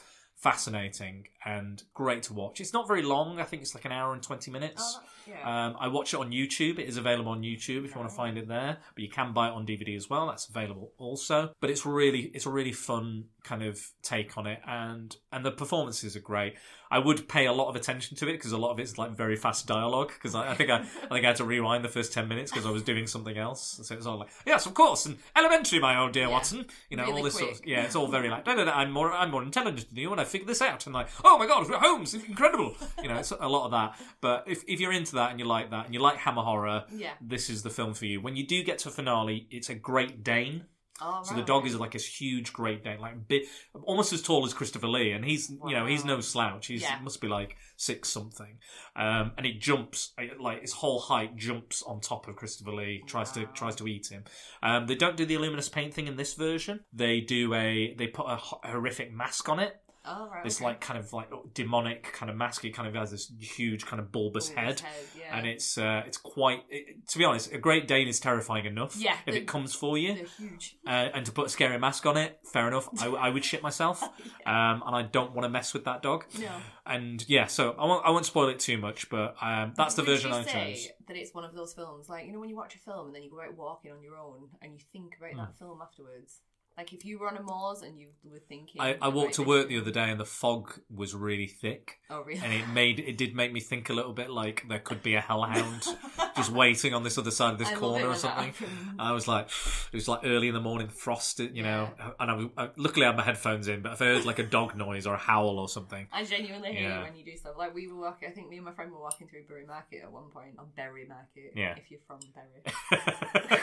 Speaker 3: fascinating and great to watch. It's not very long. I think it's like an hour and twenty minutes.
Speaker 4: Oh, that's- yeah.
Speaker 3: Um, I watch it on YouTube. It is available on YouTube if you want to
Speaker 4: Right.
Speaker 3: find it there, but you can buy it on DVD as well. That's available also. But it's really, it's a really fun kind of take on it, and and the performances are great. I would pay a lot of attention to it because a lot of it's like very fast dialogue. Because I, I think I, I think I had to rewind the first ten minutes because I was doing something else. So it was all like, yes, of course, and elementary, my old dear
Speaker 4: Yeah.
Speaker 3: Watson. You know,
Speaker 4: Really
Speaker 3: all this sort of
Speaker 4: quick.
Speaker 3: yeah. It's all very like, no, no, no, I'm more, I'm more intelligent than you, and I figured this out. And like, oh my god, Holmes, incredible. You know, it's a lot of that. But if if you're into that and you like that and you like Hammer horror,
Speaker 4: yeah.
Speaker 3: this is the film for you. When you do get to a finale, it's a Great Dane.
Speaker 4: Oh,
Speaker 3: So the
Speaker 4: right.
Speaker 3: dog is like this huge Great Dane, like bit, almost as tall as Christopher Lee, and he's you know he's
Speaker 4: Wow.
Speaker 3: no slouch. He's
Speaker 4: Yeah.
Speaker 3: must be like six something, um, and it jumps it- like his whole height jumps on top of Christopher Lee, tries to
Speaker 4: Wow.
Speaker 3: tries to eat him. Um, they don't do the luminous paint thing in this version. They do a they put a ho- horrific mask on it.
Speaker 4: Oh, right.
Speaker 3: This
Speaker 4: okay.
Speaker 3: like kind of like demonic kind of mask. It kind of has this huge kind of bulbous
Speaker 4: Ooh,
Speaker 3: head
Speaker 4: yeah.
Speaker 3: and it's uh, it's quite. It, to be honest, a Great Dane is terrifying enough.
Speaker 4: Yeah.
Speaker 3: if it comes for you,
Speaker 4: They're huge.
Speaker 3: uh, and to put a scary mask on it, fair enough. I, I would shit myself, um, and I don't want to mess with that dog.
Speaker 4: No.
Speaker 3: And yeah, so I won't I won't spoil it too much, but um, that's the
Speaker 4: Would
Speaker 3: version
Speaker 4: you
Speaker 3: I
Speaker 4: say
Speaker 3: chose.
Speaker 4: That it's one of those films, like you know, when you watch a film and then you go out walking on your own and you think about that
Speaker 3: Hmm.
Speaker 4: film afterwards. Like if you were on a moors and you were thinking,
Speaker 3: I, I walked
Speaker 4: about
Speaker 3: to
Speaker 4: this-
Speaker 3: work the other day, and the fog was really thick,
Speaker 4: Oh really?
Speaker 3: and it made it did make me think a little bit like there could be a hellhound just waiting on this other side of this
Speaker 4: I love it
Speaker 3: corner or
Speaker 4: when that
Speaker 3: something.
Speaker 4: happens.
Speaker 3: I was like, it was like early in the morning, frost, you know. And I, was, I luckily I had my headphones in, but if I heard like a dog noise or a howl or something,
Speaker 4: I genuinely hate
Speaker 3: Yeah.
Speaker 4: it when you do stuff. Like we were walking, I think me and my friend were walking through Bury Market at one point, or Bury Market,
Speaker 3: Yeah.
Speaker 4: if you're from Bury.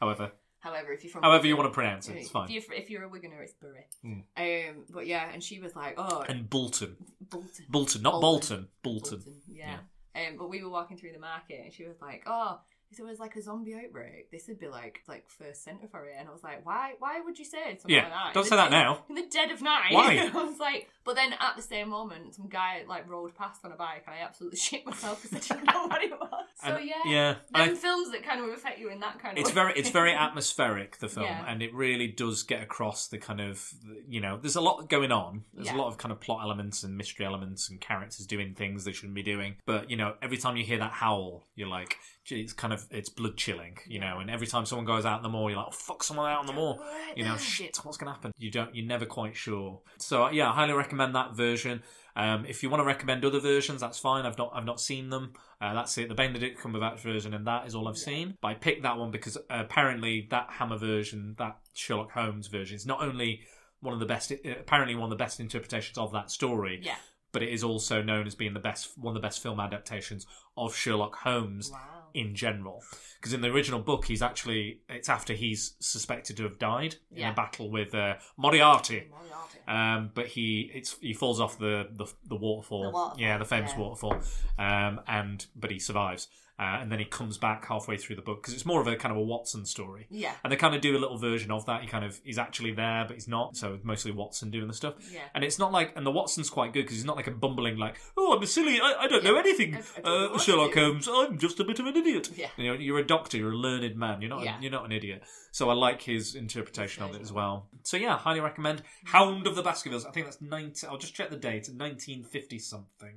Speaker 3: however,
Speaker 4: However, if you're from
Speaker 3: however you want to pronounce it,
Speaker 4: Anyway,
Speaker 3: it's fine.
Speaker 4: If you're, if you're a Wiganer, it's Bury.
Speaker 3: Mm.
Speaker 4: Um, but yeah, and she was like, "Oh,
Speaker 3: And Bolton,
Speaker 4: Bolton,
Speaker 3: Bolton, not Bolton,
Speaker 4: Bolton.
Speaker 3: Bolton.
Speaker 4: yeah." Um, but we were walking through the market, and she was like, "Oh, if there was like a zombie outbreak, this would be like like first centre for it." And I was like, "Why? Why would you say something
Speaker 3: Yeah,
Speaker 4: like that? in
Speaker 3: don't
Speaker 4: the
Speaker 3: say that
Speaker 4: dead-
Speaker 3: now.
Speaker 4: In the dead of night."
Speaker 3: Why?
Speaker 4: I was like, but then at the same moment, some guy like rolled past on a bike, and I absolutely shit myself because I didn't know what it was. So
Speaker 3: And-
Speaker 4: yeah,
Speaker 3: yeah.
Speaker 4: Them
Speaker 3: I-
Speaker 4: films that kind of affect you in that kind of.
Speaker 3: it's
Speaker 4: way.
Speaker 3: very it's very atmospheric the film
Speaker 4: Yeah.
Speaker 3: and it really does get across the kind of you know there's a lot going on there's
Speaker 4: Yeah.
Speaker 3: a lot of kind of plot elements and mystery elements and characters doing things they shouldn't be doing but you know every time you hear that howl you're like "Gee, it's kind of it's blood chilling you know and every time someone goes out in the moor you're like oh, fuck someone out in the moor you know shit what's gonna happen you don't you're never quite sure so uh, yeah i highly recommend that version um, if you want to recommend other versions that's fine i've not i've not seen them uh, that's it the benedict cumberbatch version and that is all i've seen but i picked that one because uh, apparently that hammer version that sherlock holmes version is not only one of the best uh, apparently one of the best interpretations of that story
Speaker 4: Yeah.
Speaker 3: but it is also known as being the best one of the best film adaptations of sherlock holmes
Speaker 4: Wow.
Speaker 3: in general. Because in the original book, he's actually it's after he's suspected to have died in
Speaker 4: Yeah.
Speaker 3: a battle with uh, Moriarty.
Speaker 4: Moriarty.
Speaker 3: Um, but he it's he falls off the the, the, waterfall.
Speaker 4: The waterfall,
Speaker 3: yeah, the famous
Speaker 4: yeah.
Speaker 3: waterfall. Um, and but he survives, uh, and then he comes back halfway through the book because it's more of a kind of a Watson story.
Speaker 4: Yeah.
Speaker 3: And they kind of do a little version of that. He kind of he's actually there, but he's not. So it's mostly Watson doing the stuff.
Speaker 4: Yeah.
Speaker 3: And it's not like, and the Watson's quite good because he's not like a bumbling like, oh, I'm a silly, I, I don't know
Speaker 4: Yeah.
Speaker 3: anything,
Speaker 4: I- I don't know
Speaker 3: uh,
Speaker 4: what
Speaker 3: Sherlock
Speaker 4: to do."
Speaker 3: Holmes. I'm just a bit of an idiot.
Speaker 4: Yeah.
Speaker 3: You know, you're a doctor, you're a learned man. You're not,
Speaker 4: Yeah.
Speaker 3: you're not an idiot. So I like his interpretation of it as well. So yeah, highly recommend
Speaker 4: Hmm.
Speaker 3: Hound of the Baskervilles. I think that's 19. I'll just check the date. 1950 something.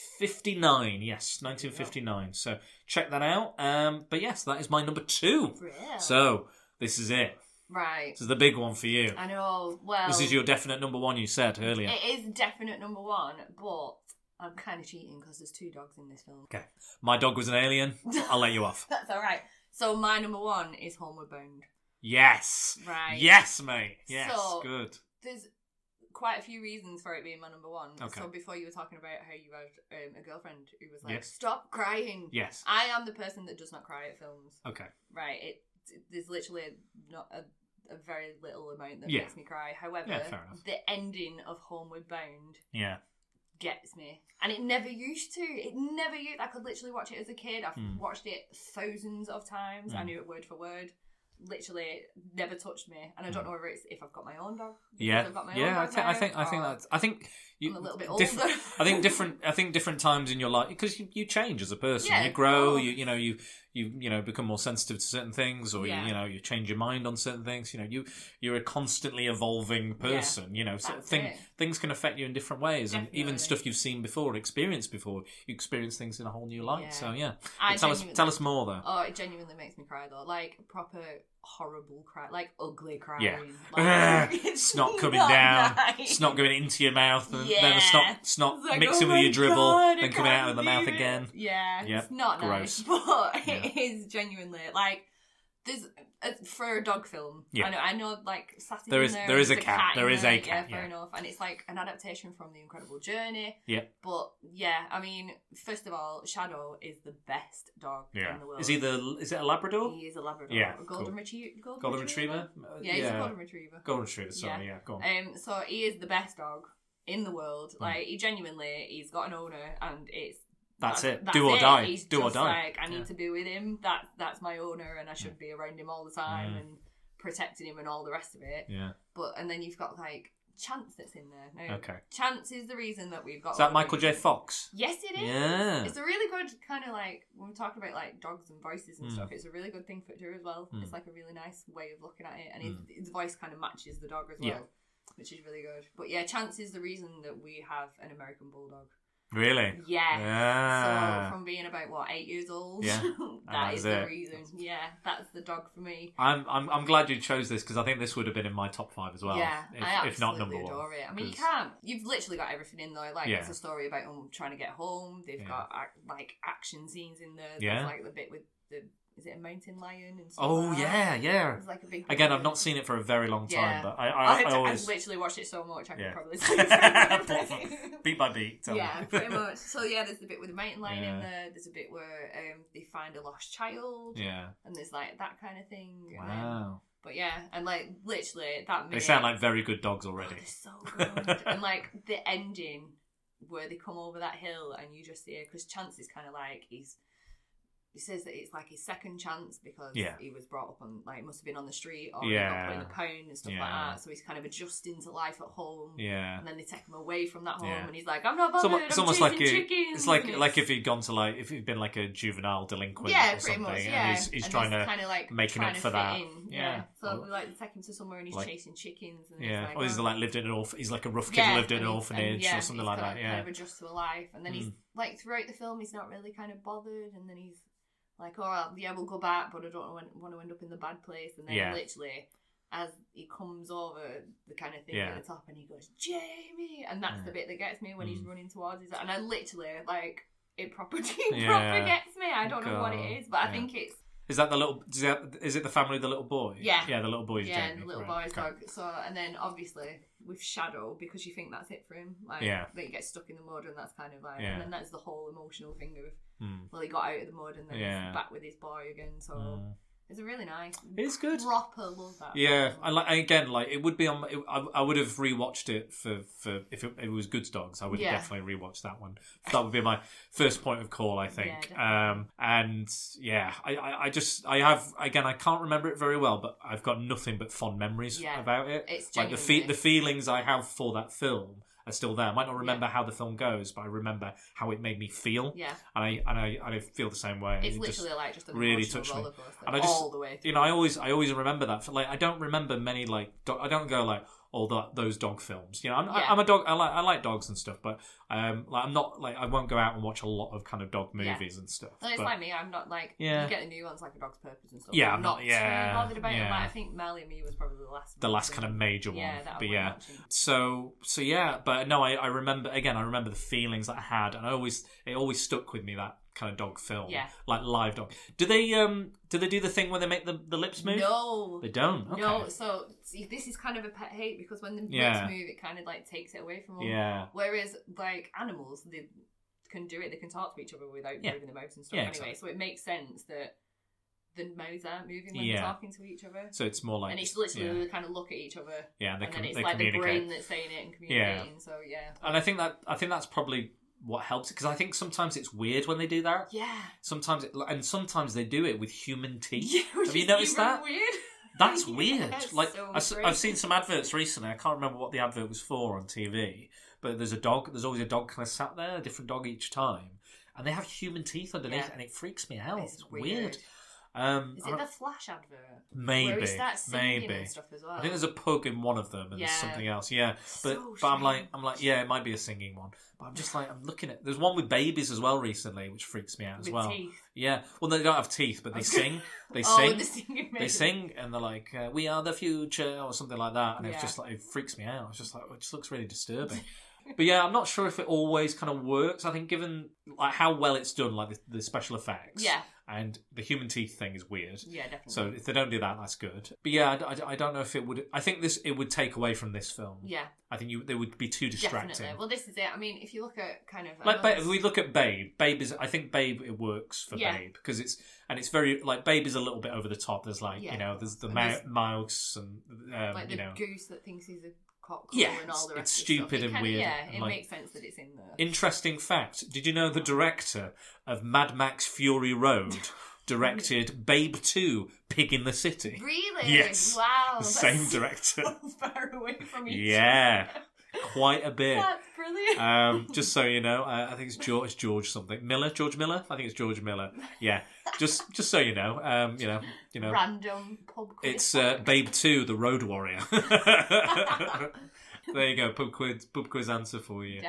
Speaker 3: 59, yes, 1959. So check that out. Um, but yes, that is my number two.
Speaker 4: Real.
Speaker 3: So this is it.
Speaker 4: right.
Speaker 3: This is the big one for you.
Speaker 4: I know. Well,
Speaker 3: This is your definite number one. You said earlier.
Speaker 4: Oh. It is definite number one, but I'm kind of cheating because there's two dogs in this film.
Speaker 3: Okay. My dog was an alien. I'll let you off.
Speaker 4: That's all right. So my number one is Homeward Bound.
Speaker 3: Yes.
Speaker 4: Right.
Speaker 3: Yes, mate. Yes.
Speaker 4: So-
Speaker 3: Good.
Speaker 4: There's quite a few reasons for it being my number one.
Speaker 3: Okay.
Speaker 4: So before you were talking about how you had um, a girlfriend who was like,
Speaker 3: Yes.
Speaker 4: "Stop crying."
Speaker 3: Yes.
Speaker 4: I am the person that does not cry at films.
Speaker 3: Okay.
Speaker 4: Right. It there's literally not a, a very little amount that
Speaker 3: Yeah.
Speaker 4: makes me cry. However,
Speaker 3: Yeah, fair enough.
Speaker 4: the ending of Homeward Bound
Speaker 3: Yeah.
Speaker 4: gets me, and it never used to. It never used. I could literally watch it as a kid. I've
Speaker 3: Hmm.
Speaker 4: watched it thousands of times. I
Speaker 3: Hmm.
Speaker 4: knew it word for word. Literally, never touched me, and I
Speaker 3: Hmm.
Speaker 4: don't know whether it's if I've got my own dog. because
Speaker 3: Yeah.
Speaker 4: I've got my own
Speaker 3: Yeah. I,
Speaker 4: dog
Speaker 3: thi- I
Speaker 4: now,
Speaker 3: think. I think
Speaker 4: or
Speaker 3: that's. I think. You,
Speaker 4: I'm a little bit older.
Speaker 3: diff- I think different. I think different times in your life because you, you change as a person.
Speaker 4: Yeah,
Speaker 3: you grow.
Speaker 4: oh.
Speaker 3: You you know you you you know become more sensitive to certain things, or
Speaker 4: Yeah.
Speaker 3: you, you know you change your mind on certain things. You know you you're a constantly evolving person. You know so
Speaker 4: That's
Speaker 3: thing,
Speaker 4: it.
Speaker 3: things can affect you in different ways, and even
Speaker 4: Definitely.
Speaker 3: stuff you've seen before, or experienced before, you experience things in a whole new light.
Speaker 4: Yeah.
Speaker 3: So yeah,
Speaker 4: I
Speaker 3: But tell us
Speaker 4: genuinely-
Speaker 3: tell us more though.
Speaker 4: Oh, it genuinely makes me cry though. Like proper horrible cry, like ugly crying.
Speaker 3: Yeah.
Speaker 4: Like,
Speaker 3: It's not coming down. It's not going into your mouth, and
Speaker 4: Yeah.
Speaker 3: then it's not, it's not
Speaker 4: It's like,
Speaker 3: mixing
Speaker 4: oh
Speaker 3: with
Speaker 4: my
Speaker 3: your dribble,
Speaker 4: God, I
Speaker 3: then coming out
Speaker 4: can't
Speaker 3: of the mouth
Speaker 4: believe it.
Speaker 3: again.
Speaker 4: Yeah,
Speaker 3: Yep,
Speaker 4: it's not
Speaker 3: gross.
Speaker 4: nice, but
Speaker 3: Yeah.
Speaker 4: it is genuinely like there's uh, for a dog film.
Speaker 3: Yeah.
Speaker 4: I know. I know. Like Saturday
Speaker 3: There is-
Speaker 4: there,
Speaker 3: there is
Speaker 4: there's
Speaker 3: a cat, there
Speaker 4: in
Speaker 3: is a cat,
Speaker 4: Yeah, fair
Speaker 3: yeah.
Speaker 4: enough. And it's like an adaptation from The Incredible Journey.
Speaker 3: Yeah.
Speaker 4: But yeah, I mean, first of all, Shadow is the best dog in the world.
Speaker 3: Is he the? Is it a Labrador?
Speaker 4: He is a Labrador.
Speaker 3: Yeah,
Speaker 4: a golden
Speaker 3: cool.
Speaker 4: retriever. Golden,
Speaker 3: Golden retriever. Uh,
Speaker 4: Yeah, he's a golden retriever.
Speaker 3: Golden retriever. Sorry, yeah. go on.
Speaker 4: Um, so he is the best dog in the world.
Speaker 3: Mm.
Speaker 4: Like he genuinely, he's got an owner, and it's
Speaker 3: That's it. Do or die.
Speaker 4: He's
Speaker 3: Do or
Speaker 4: just
Speaker 3: die.
Speaker 4: Like I need
Speaker 3: Yeah.
Speaker 4: to be with him. That that's my owner, and I should be around him all the time and protecting him and all the rest of it.
Speaker 3: Mm. yeah.
Speaker 4: But and then you've got like Chance that's in there. Now,
Speaker 3: Okay.
Speaker 4: Chance is the reason that we've got.
Speaker 3: Is
Speaker 4: all
Speaker 3: that
Speaker 4: the
Speaker 3: Michael J.
Speaker 4: breeds.
Speaker 3: Fox?
Speaker 4: Yes, it is.
Speaker 3: Yeah.
Speaker 4: It's a really good kind of like when we talk about like dogs and voices and
Speaker 3: Mm.
Speaker 4: stuff. It's a really good thing for it to do as well.
Speaker 3: Mm.
Speaker 4: It's like a really nice way of looking at it, and his, his voice kind of matches the dog as well,
Speaker 3: Hmm. Yeah.
Speaker 4: which is really good. But yeah, Chance is the reason that we have an American bulldog.
Speaker 3: Really?
Speaker 4: Yeah.
Speaker 3: Yeah.
Speaker 4: So from being about what eight years old,
Speaker 3: Yeah.
Speaker 4: that
Speaker 3: that's
Speaker 4: is the
Speaker 3: it.
Speaker 4: reason. Yeah, that's the dog for me.
Speaker 3: I'm, I'm I'm glad you chose this because I think this would have been in my top five as well.
Speaker 4: yeah,
Speaker 3: if,
Speaker 4: I absolutely
Speaker 3: if not number
Speaker 4: adore
Speaker 3: one.
Speaker 4: it. I mean, you
Speaker 3: 'Cause-
Speaker 4: can't. You've literally got everything in there. Like,
Speaker 3: Yeah.
Speaker 4: it's a story about them trying to get home. They've
Speaker 3: Yeah.
Speaker 4: got ac- like action scenes in there. There's
Speaker 3: Yeah.
Speaker 4: like the bit with the is it a mountain lion and stuff.
Speaker 3: Oh
Speaker 4: like that.
Speaker 3: yeah, yeah.
Speaker 4: There's like a big.
Speaker 3: Again, I've not seen it for a very long time,
Speaker 4: Yeah.
Speaker 3: but I I,
Speaker 4: I,
Speaker 3: I always
Speaker 4: have literally watched it so much. I
Speaker 3: Yeah.
Speaker 4: can probably. say
Speaker 3: beat by beat. tell me.
Speaker 4: yeah, pretty much. So yeah, there's the bit with the mountain lion
Speaker 3: Yeah.
Speaker 4: in there. There's a bit where um, they find a lost child,
Speaker 3: yeah.
Speaker 4: and there's like that kind of thing. and then-
Speaker 3: Wow.
Speaker 4: but yeah, and like literally that.
Speaker 3: They
Speaker 4: minute-
Speaker 3: sound like very good dogs
Speaker 4: Oh,
Speaker 3: already.
Speaker 4: they're so good. and like the ending where they come over that hill and you just hear because Chance is kind of like he's he says that it's like his second chance because
Speaker 3: Yeah.
Speaker 4: he was brought up on like must have been on the street or
Speaker 3: Yeah.
Speaker 4: he got put in a cone and stuff
Speaker 3: Yeah.
Speaker 4: like that. So he's kind of adjusting to life at home.
Speaker 3: Yeah.
Speaker 4: And then they take him away from that home,
Speaker 3: Yeah.
Speaker 4: and he's like, "I'm not
Speaker 3: It's
Speaker 4: bothered.
Speaker 3: almo-
Speaker 4: I'm
Speaker 3: it's almost
Speaker 4: chasing
Speaker 3: like you-
Speaker 4: chickens."
Speaker 3: it's like
Speaker 4: and
Speaker 3: like if he'd gone to like if he'd been like a juvenile delinquent
Speaker 4: yeah,
Speaker 3: or
Speaker 4: pretty
Speaker 3: something,
Speaker 4: much, yeah.
Speaker 3: and he's, he's trying to
Speaker 4: kind of like
Speaker 3: making
Speaker 4: trying
Speaker 3: up
Speaker 4: to
Speaker 3: for
Speaker 4: fit
Speaker 3: that.
Speaker 4: In.
Speaker 3: Yeah.
Speaker 4: Yeah. So
Speaker 3: Or-
Speaker 4: they like take him to somewhere and he's
Speaker 3: Like-
Speaker 4: chasing chickens. And
Speaker 3: yeah,
Speaker 4: It's like,
Speaker 3: or he's
Speaker 4: oh.
Speaker 3: like lived in an orph- he's like a rough kid
Speaker 4: Yeah,
Speaker 3: lived in an
Speaker 4: and he's-
Speaker 3: orphanage
Speaker 4: and, yeah,
Speaker 3: or something
Speaker 4: he's
Speaker 3: like
Speaker 4: gotta
Speaker 3: that. Yeah, Hmm.
Speaker 4: Kind of adjust to life, and then he's like throughout the film, he's not really kind of bothered, and then he's like, "Oh, yeah, we'll go back, but I don't want to end up in the bad place." And then
Speaker 3: Yeah.
Speaker 4: literally, as he comes over the kind of thing
Speaker 3: Yeah. Hmm.
Speaker 4: at the top, and he goes, "Jamie," and that's
Speaker 3: Yeah.
Speaker 4: the bit that gets me when he's
Speaker 3: Mm.
Speaker 4: running towards his, and I literally like it proper, it
Speaker 3: Yeah.
Speaker 4: proper gets me. I don't know what
Speaker 3: God.
Speaker 4: it is, but
Speaker 3: Yeah.
Speaker 4: I think it's
Speaker 3: is that the little? Is, that, is it the family? of The little boy?
Speaker 4: Yeah.
Speaker 3: yeah, the little boy's
Speaker 4: yeah,
Speaker 3: Jamie.
Speaker 4: the little
Speaker 3: right,
Speaker 4: boy's
Speaker 3: okay.
Speaker 4: dog. So, and then obviously with Shadow because you think that's it for him, like
Speaker 3: Yeah.
Speaker 4: that he gets stuck in the mud and that's kind of like,
Speaker 3: Yeah.
Speaker 4: and then that's the whole emotional thing of
Speaker 3: Hmm.
Speaker 4: well, he got out of the mud and then
Speaker 3: Yeah.
Speaker 4: he's back with his boy again. So
Speaker 3: Mm.
Speaker 4: it's a really nice,
Speaker 3: It's good.
Speaker 4: proper love. That
Speaker 3: Yeah, I like again. Like it would be on. It, I, I would have rewatched it for for if it, it was Good Dogs. I would
Speaker 4: Yeah.
Speaker 3: have definitely rewatched that one. That would be my first point of call. I
Speaker 4: Yeah,
Speaker 3: think.
Speaker 4: definitely.
Speaker 3: um, and yeah, I, I I just I have again. I can't remember it very well, but I've got nothing but fond memories
Speaker 4: Yeah.
Speaker 3: about it.
Speaker 4: It's
Speaker 3: like the fe-
Speaker 4: genuinely-
Speaker 3: the feelings I have for that film are still there. I might not remember how the film goes, but I remember how it made me feel,
Speaker 4: yeah.
Speaker 3: and I and I and I feel the same way.
Speaker 4: It's
Speaker 3: It just-
Speaker 4: literally like just a
Speaker 3: really
Speaker 4: really
Speaker 3: touched me.
Speaker 4: roller coaster
Speaker 3: And I just-
Speaker 4: all the way through.
Speaker 3: you know, I always I always remember that. Like, I don't remember many like do- I don't go like all that those dog films. You know, I'm, I,
Speaker 4: Yeah.
Speaker 3: I'm a dog. I like I like dogs and stuff, but um, like I'm not like I won't go out and watch a lot of kind of dog
Speaker 4: Yeah.
Speaker 3: movies and stuff.
Speaker 4: And it's
Speaker 3: but-
Speaker 4: like me, I'm not like
Speaker 3: Yeah.
Speaker 4: you get the new ones like a dog's purpose and stuff.
Speaker 3: Yeah, I'm
Speaker 4: I'm
Speaker 3: not-
Speaker 4: not,
Speaker 3: yeah,
Speaker 4: too bothered about
Speaker 3: yeah.
Speaker 4: it. Like, I think Melly and me was probably the last
Speaker 3: the
Speaker 4: one
Speaker 3: last
Speaker 4: that-
Speaker 3: kind of major one,
Speaker 4: yeah, that I
Speaker 3: but
Speaker 4: went
Speaker 3: yeah.
Speaker 4: watching.
Speaker 3: So so yeah, but no, I, I remember again. I remember the feelings that I had, and I always it always stuck with me that kind of dog film,
Speaker 4: Yeah.
Speaker 3: like live dog. Do they um do they do the thing where they make the, the lips move?
Speaker 4: No,
Speaker 3: they don't. Okay.
Speaker 4: No, so see, this is kind of a pet hate because when the
Speaker 3: Yeah.
Speaker 4: birds move, it kind of like takes it away from them.
Speaker 3: yeah,
Speaker 4: Whereas like animals, they can do it; they can talk to each other without
Speaker 3: Yeah.
Speaker 4: moving their mouths and stuff.
Speaker 3: Yeah,
Speaker 4: anyway,
Speaker 3: exactly.
Speaker 4: so it makes sense that the mouths aren't moving when
Speaker 3: Yeah.
Speaker 4: they're talking to each other,
Speaker 3: so it's more like
Speaker 4: and it's literally
Speaker 3: yeah,
Speaker 4: they kind of look at each other,
Speaker 3: yeah and they,
Speaker 4: and
Speaker 3: com-
Speaker 4: then it's
Speaker 3: they
Speaker 4: like the
Speaker 3: communicate.
Speaker 4: brain that's saying it and communicating. So yeah,
Speaker 3: and I think that I think that's probably what helps because I think sometimes it's weird when they do that.
Speaker 4: yeah.
Speaker 3: Sometimes it, and sometimes they do it with human teeth.
Speaker 4: which
Speaker 3: Have you
Speaker 4: is
Speaker 3: noticed
Speaker 4: even
Speaker 3: that?
Speaker 4: Weird.
Speaker 3: That's
Speaker 4: Yeah,
Speaker 3: weird.
Speaker 4: that's
Speaker 3: like
Speaker 4: so
Speaker 3: I s- I've,
Speaker 4: great.
Speaker 3: seen some adverts recently. I can't remember what the advert was for on TV, but there's a dog. There's always a dog kind of sat there, a different dog each time, and they have human teeth underneath,
Speaker 4: Yeah.
Speaker 3: and it freaks me out. It's,
Speaker 4: It's
Speaker 3: weird.
Speaker 4: weird.
Speaker 3: Um,
Speaker 4: Is
Speaker 3: I
Speaker 4: it
Speaker 3: don't-
Speaker 4: the Flash advert? Where he
Speaker 3: maybe,
Speaker 4: starts singing
Speaker 3: maybe.
Speaker 4: and stuff as well.
Speaker 3: I think there's a pug in one of them, and there's
Speaker 4: Yeah.
Speaker 3: something else. Yeah, but
Speaker 4: So
Speaker 3: but I'm
Speaker 4: strange.
Speaker 3: like I'm like yeah, it might be a singing one. But I'm just like I'm looking at. There's one with babies as well recently, which freaks me out as
Speaker 4: With
Speaker 3: well.
Speaker 4: teeth.
Speaker 3: Yeah, well they don't have teeth, but they
Speaker 4: Okay.
Speaker 3: sing. They
Speaker 4: oh,
Speaker 3: sing.
Speaker 4: with the singing.
Speaker 3: They
Speaker 4: method.
Speaker 3: sing and they're like, uh, "We are the future" or something like that, and it's
Speaker 4: Yeah.
Speaker 3: just like it freaks me out. It's just like it just looks really disturbing. but yeah, I'm not sure if it always kind of works. I think given like how well it's done, like the, the special effects,
Speaker 4: Yeah,
Speaker 3: and the human teeth thing is weird.
Speaker 4: yeah, definitely.
Speaker 3: So if they don't do that, that's good. But yeah, I, I- I don't know if it would. I think this it would take away from this film.
Speaker 4: yeah.
Speaker 3: I think you they would be too distracting.
Speaker 4: Definitely. Well, this is it. I mean, if you look at kind of um,
Speaker 3: like
Speaker 4: I know
Speaker 3: Ba- if we look at Babe, Babe is I think Babe it works for
Speaker 4: Yeah.
Speaker 3: Babe because it's and it's very like Babe is a little bit over the top. There's like you
Speaker 4: Yeah.
Speaker 3: know there's the
Speaker 4: And
Speaker 3: ma-
Speaker 4: there's-
Speaker 3: mouse and um,
Speaker 4: it's like
Speaker 3: you
Speaker 4: the
Speaker 3: know
Speaker 4: goose that thinks he's a cock
Speaker 3: Yeah,
Speaker 4: and all
Speaker 3: it's- it's
Speaker 4: the rest. of the stuff.
Speaker 3: stupid
Speaker 4: It
Speaker 3: and
Speaker 4: kinda-
Speaker 3: weird
Speaker 4: Yeah,
Speaker 3: and,
Speaker 4: it
Speaker 3: like-
Speaker 4: makes sense that it's in there.
Speaker 3: Interesting fact. Did you know the director of Mad Max Fury Road directed Babe 2 Pig in the City?
Speaker 4: really?
Speaker 3: Yes. the
Speaker 4: Wow. that's
Speaker 3: same director.
Speaker 4: So far away from each
Speaker 3: Yeah.
Speaker 4: other.
Speaker 3: Quite a bit.
Speaker 4: That's brilliant.
Speaker 3: Um, just so you know, I, I think it's George, it's George something Miller, George Miller. I think it's George Miller. Yeah, just just so you know, um, you know, you know,
Speaker 4: Random pub quiz.
Speaker 3: it's uh, Babe Two, the Road Warrior. there you go, pub quiz, pub quiz answer for you.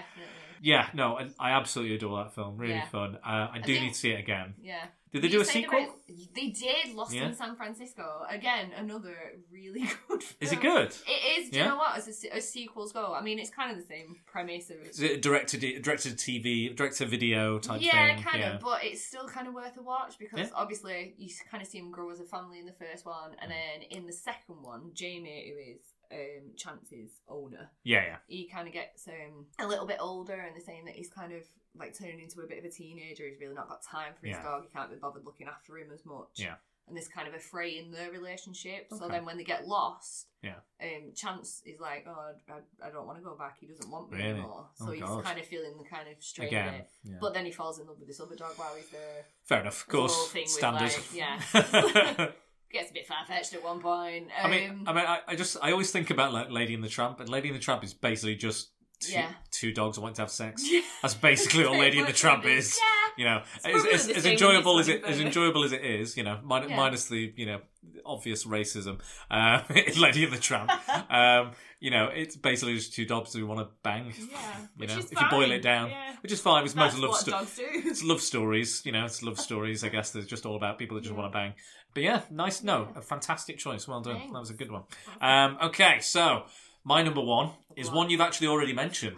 Speaker 3: Yeah,
Speaker 4: Definitely.
Speaker 3: no, I, I absolutely adore that film. Really
Speaker 4: Yeah.
Speaker 3: fun. Uh, I do
Speaker 4: think-
Speaker 3: need to see it again.
Speaker 4: Yeah.
Speaker 3: Did they
Speaker 4: You
Speaker 3: do a
Speaker 4: said
Speaker 3: sequel?
Speaker 4: about- they did. Lost
Speaker 3: Yeah.
Speaker 4: in San Francisco. Again, another really good. Film.
Speaker 3: Is it good?
Speaker 4: It is. Do
Speaker 3: Yeah.
Speaker 4: you know what? As, a, se- as sequels go, I mean, it's kind of the same premise of
Speaker 3: Is it directed directed TV, director video type
Speaker 4: yeah,
Speaker 3: thing?
Speaker 4: kind of, but it's still kind of worth a watch because
Speaker 3: Yeah.
Speaker 4: obviously you kind of see him grow as a family in the first one, and then in the second one, Jamie, who is um, Chance's owner,
Speaker 3: yeah, yeah.
Speaker 4: he kind of gets um, a little bit older, and they're saying that he's kind of like turning into a bit of a teenager. He's really not got time for his
Speaker 3: Yeah.
Speaker 4: dog. He can't be bothered looking after him as much.
Speaker 3: Yeah.
Speaker 4: and there's kind of a fray in their relationship. So
Speaker 3: Okay.
Speaker 4: then when they get lost,
Speaker 3: Yeah.
Speaker 4: um, Chance is like, oh, I, I don't want to go back. He doesn't want me
Speaker 3: Really?
Speaker 4: anymore. So
Speaker 3: Oh,
Speaker 4: he's
Speaker 3: God.
Speaker 4: kind of feeling the kind of strain. of
Speaker 3: Again,
Speaker 4: it.
Speaker 3: yeah.
Speaker 4: But then he falls in love with this other dog while he's there.
Speaker 3: fair enough. Of
Speaker 4: the whole
Speaker 3: course,
Speaker 4: thing with,
Speaker 3: standard.
Speaker 4: like, yeah. Gets a bit far fetched at one point.
Speaker 3: I mean,
Speaker 4: Um,
Speaker 3: I mean, I, I just I always think about like Lady and the Tramp, and Lady and the Tramp is basically just two,
Speaker 4: Yeah.
Speaker 3: two dogs want to have sex.
Speaker 4: Yeah.
Speaker 3: That's basically all
Speaker 4: Pretty
Speaker 3: Lady and the
Speaker 4: much
Speaker 3: Tramp
Speaker 4: what it
Speaker 3: is.
Speaker 4: is. Yeah.
Speaker 3: You know, as,
Speaker 4: probably
Speaker 3: as,
Speaker 4: the
Speaker 3: as
Speaker 4: same
Speaker 3: enjoyable as
Speaker 4: as
Speaker 3: it as
Speaker 4: Lady
Speaker 3: enjoyable as it is, you know, min-
Speaker 4: Yeah.
Speaker 3: minus the you know obvious racism, uh, in Lady and the Tramp. um, you know, it's basically just two dogs who want to bang.
Speaker 4: Yeah.
Speaker 3: You
Speaker 4: Which
Speaker 3: know,
Speaker 4: is
Speaker 3: if you boil
Speaker 4: fine.
Speaker 3: it down,
Speaker 4: Yeah.
Speaker 3: which is fine. It's
Speaker 4: That's
Speaker 3: most love
Speaker 4: what
Speaker 3: stuff
Speaker 4: dogs do.
Speaker 3: it's love stories, you know, it's love stories, I guess. They're just all about people that just want to bang. But yeah, nice. No, a fantastic choice. Well done.
Speaker 4: Thanks.
Speaker 3: That was a good one. Um, okay, so my number one is
Speaker 4: What?
Speaker 3: one you've actually already mentioned.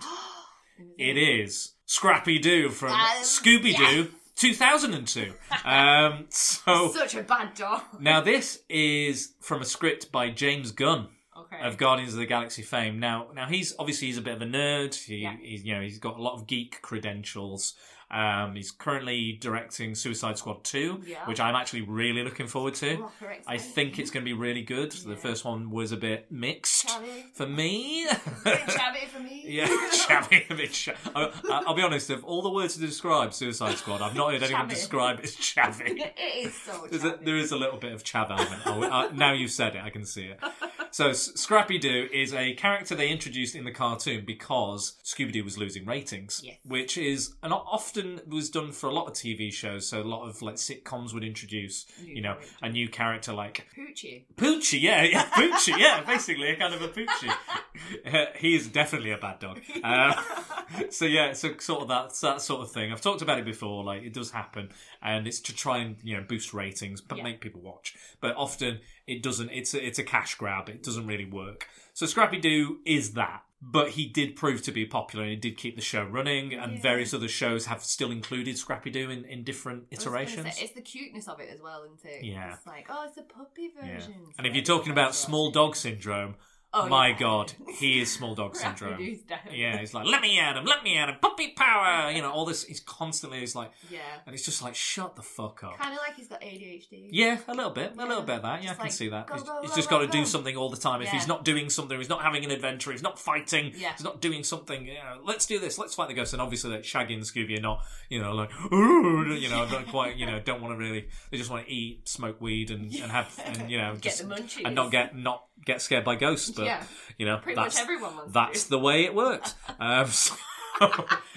Speaker 3: It is Scrappy Doo from
Speaker 4: Um,
Speaker 3: Scooby Doo 2002. Um, so
Speaker 4: Such a bad dog.
Speaker 3: now this is from a script by James Gunn
Speaker 4: Okay.
Speaker 3: of Guardians of the Galaxy fame. Now, now he's obviously he's a bit of a nerd. He,
Speaker 4: Yeah.
Speaker 3: he's you know he's got a lot of geek credentials. Um, he's currently directing Suicide Squad two,
Speaker 4: Yeah.
Speaker 3: which I'm actually really looking forward to.
Speaker 4: Rocker
Speaker 3: I
Speaker 4: exciting.
Speaker 3: think it's going to be really good. The
Speaker 4: Yeah.
Speaker 3: first one was a bit mixed
Speaker 4: Shabby.
Speaker 3: for me.
Speaker 4: Bit shabby for me.
Speaker 3: yeah, shabby, a bit shabby. I'll be honest. Of all the words to describe Suicide Squad, I've not heard anyone
Speaker 4: Shabby.
Speaker 3: describe it as shabby.
Speaker 4: it is so
Speaker 3: There's a,
Speaker 4: shabby.
Speaker 3: there is a little bit of chav element. I will- I- now you've said it, I can see it. So S- Scrappy Doo is a character they introduced in the cartoon because Scooby Doo was losing ratings,
Speaker 4: Yes.
Speaker 3: which is and often was done for a lot of TV shows. So a lot of like sitcoms would introduce,
Speaker 4: New
Speaker 3: you know,
Speaker 4: character.
Speaker 3: a new character like
Speaker 4: Poochie.
Speaker 3: Poochie, yeah, yeah, Poochie, yeah, basically a kind of a Poochie. Uh, he is definitely a bad dog. Uh, so yeah, so sort of that that sort of thing. I've talked about it before. Like it does happen, and it's to try and you know boost ratings, but
Speaker 4: Yeah.
Speaker 3: make people watch. But often it doesn't. It's a, it's a cash grab. It doesn't really work. So Scrappy Doo is that. But he did prove to be popular and he did keep the show running, and
Speaker 4: Yeah.
Speaker 3: various other shows have still included Scrappy Doo in, in different
Speaker 4: I was gonna say,
Speaker 3: iterations.
Speaker 4: it's the cuteness of it as well, isn't it?
Speaker 3: Yeah.
Speaker 4: It's like, oh, it's a puppy
Speaker 3: Yeah.
Speaker 4: version.
Speaker 3: And if you're talking about small dog syndrome,
Speaker 4: Oh,
Speaker 3: my
Speaker 4: yeah.
Speaker 3: god, he is small dog
Speaker 4: Scrappy
Speaker 3: syndrome.
Speaker 4: Doo's down.
Speaker 3: Yeah, he's like, let me at him, let me at him, puppy power. You know, all this. He's constantly, he's like,
Speaker 4: Yeah.
Speaker 3: and it's just like, shut the fuck up.
Speaker 4: Kind of like he's got ADHD.
Speaker 3: Yeah, a little bit, a
Speaker 4: Yeah.
Speaker 3: little bit of that. Yeah,
Speaker 4: Just
Speaker 3: I can
Speaker 4: like,
Speaker 3: see that.
Speaker 4: go,
Speaker 3: he's,
Speaker 4: go,
Speaker 3: he's
Speaker 4: go,
Speaker 3: just
Speaker 4: go,
Speaker 3: got to do
Speaker 4: go.
Speaker 3: something all the time. If he's
Speaker 4: Yeah.
Speaker 3: not doing something, he's not having an adventure, he's not fighting,
Speaker 4: Yeah.
Speaker 3: he's not doing something. You know, let's do this, let's fight the ghost. And obviously, like Shaggy and Scooby are not, you know, like, ooh, you know, not quite, you know, don't want to really. They just want to eat, smoke weed, and, and have, and you know,
Speaker 4: Get
Speaker 3: just
Speaker 4: the munchies.
Speaker 3: and not get not get scared by ghosts. But
Speaker 4: Yeah.
Speaker 3: you know,
Speaker 4: Pretty
Speaker 3: that's
Speaker 4: much everyone wants
Speaker 3: that's
Speaker 4: to.
Speaker 3: the way it works. Um, so,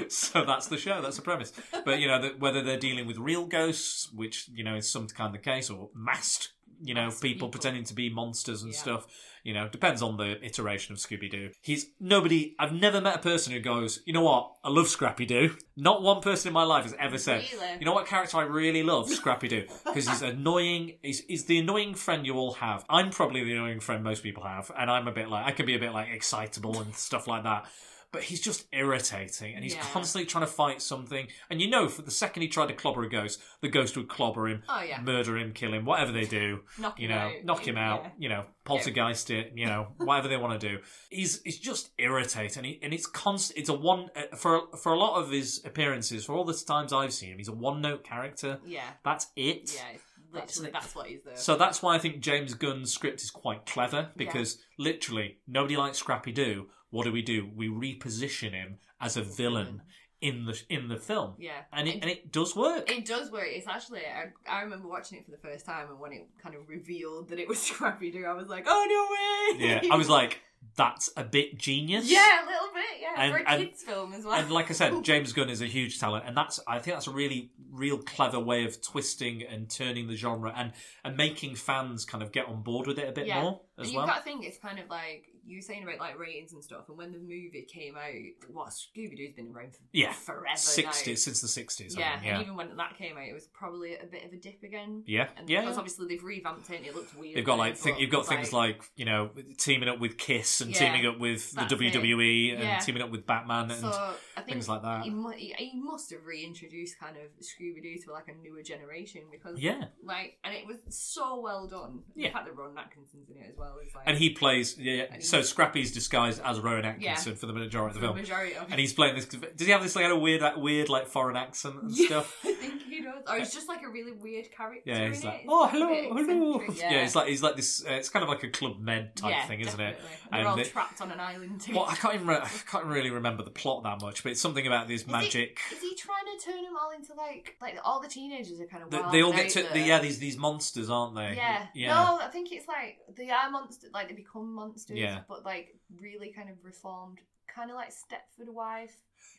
Speaker 3: so that's the show. That's the premise. But you know that whether they're dealing with real ghosts, which you know is some kind of case, or masked, you know,
Speaker 4: Masked
Speaker 3: people,
Speaker 4: people.
Speaker 3: pretending to be monsters and
Speaker 4: Yeah.
Speaker 3: stuff. You know, depends on the iteration of Scooby Doo. He's nobody. I've never met a person who goes, you know what, I love Scrappy Doo. Not one person in my life has ever said,
Speaker 4: Really?
Speaker 3: you know what character I really love, Scrappy Doo, because he's annoying. He's, he's the annoying friend you all have. I'm probably the annoying friend most people have, and I'm a bit like I can be a bit like excitable and stuff like that. But he's just irritating, and he's
Speaker 4: Yeah.
Speaker 3: constantly trying to fight something. And you know, for the second he tried to clobber a ghost, the ghost would clobber him,
Speaker 4: Oh, yeah.
Speaker 3: murder him, kill him, whatever they do
Speaker 4: Knock
Speaker 3: you
Speaker 4: him
Speaker 3: know,
Speaker 4: out.
Speaker 3: knock him out,
Speaker 4: Yeah.
Speaker 3: you know, poltergeist it, you know, whatever they want to do. He's it's just irritating, He- and it's constant. It's a one uh, for for a lot of his appearances, for all the times I've seen him, he's a one note character.
Speaker 4: Yeah.
Speaker 3: That's it.
Speaker 4: Yeah. it's
Speaker 3: That's
Speaker 4: Literally,
Speaker 3: it.
Speaker 4: that's what he's there.
Speaker 3: So that's why I think James Gunn's script is quite clever because literally nobody likes Scrappy Doo. What do we do? We reposition him as a villain in the in the film,
Speaker 4: yeah.
Speaker 3: and it and it does work.
Speaker 4: It does work. It's actually. I, I remember watching it for the first time, and when it kind of revealed that it was Scrappy Doo, I was like, "Oh no way!"
Speaker 3: yeah, I was like, that's a bit genius.
Speaker 4: "Yeah, a little bit, yeah."
Speaker 3: And-
Speaker 4: for a
Speaker 3: and-
Speaker 4: kids' film as well.
Speaker 3: and like I said, James Gunn is a huge talent, and that's I think that's a really real clever way of twisting and turning the genre and and making fans kind of get on board with it a bit
Speaker 4: Yeah.
Speaker 3: more
Speaker 4: And
Speaker 3: as
Speaker 4: you've
Speaker 3: well.
Speaker 4: got to think it's kind of like you were saying about like ratings and stuff. And when the movie came out, what Scooby Doo's been around for
Speaker 3: Yeah.
Speaker 4: forever
Speaker 3: Sixties since the sixties.
Speaker 4: now. Yeah,
Speaker 3: yeah,
Speaker 4: and even when that came out, it was probably a bit of a dip again.
Speaker 3: yeah,
Speaker 4: And
Speaker 3: yeah.
Speaker 4: because obviously they've revamped it, and it looks weird.
Speaker 3: They've got
Speaker 4: now,
Speaker 3: like th-
Speaker 4: but
Speaker 3: you've got
Speaker 4: it's
Speaker 3: things like you know teaming up with Kiss and
Speaker 4: Yeah,
Speaker 3: teaming up with the
Speaker 4: that's it.
Speaker 3: WWE and
Speaker 4: Yeah.
Speaker 3: teaming up with Batman and
Speaker 4: so. I think
Speaker 3: things like that.
Speaker 4: He, mu- he, he must have reintroduced kind of Scooby Doo to like a newer generation because
Speaker 3: yeah.
Speaker 4: like and it was so well done.
Speaker 3: Yeah.
Speaker 4: The fact that Ron Atkinson's in it as well is like
Speaker 3: And he plays yeah. yeah.
Speaker 4: And he-
Speaker 3: so Scrappy's disguised as Rowan Atkinson for the majority of the
Speaker 4: the
Speaker 3: film,
Speaker 4: majority of
Speaker 3: and he's playing this. Does he have this like kind of weird, that weird like foreign accent and
Speaker 4: Yeah,
Speaker 3: stuff?
Speaker 4: I think he does. knows? Or he's just like a really weird character.
Speaker 3: Yeah,
Speaker 4: in
Speaker 3: he's
Speaker 4: it.
Speaker 3: like,
Speaker 4: It's
Speaker 3: oh,
Speaker 4: a
Speaker 3: hello,
Speaker 4: bit
Speaker 3: hello.
Speaker 4: eccentric.
Speaker 3: Yeah. he's like, he's like this. Uh, it's kind of like a club med type
Speaker 4: Yeah,
Speaker 3: thing, isn't it?
Speaker 4: definitely. They're
Speaker 3: And
Speaker 4: all
Speaker 3: the-
Speaker 4: trapped on an island together.
Speaker 3: Well, I can't even. Re- I can't really remember the plot that much, but it's something about this magic.
Speaker 4: Is he trying to turn them all into like like all the teenagers are kind of
Speaker 3: They,
Speaker 4: wild
Speaker 3: they all
Speaker 4: and
Speaker 3: get to
Speaker 4: out
Speaker 3: the,
Speaker 4: there.
Speaker 3: yeah these these monsters, aren't they?
Speaker 4: yeah
Speaker 3: yeah.
Speaker 4: no I think it's like they are monsters like they become monsters
Speaker 3: Yeah.
Speaker 4: but like really kind of reformed kind of like Stepford Wife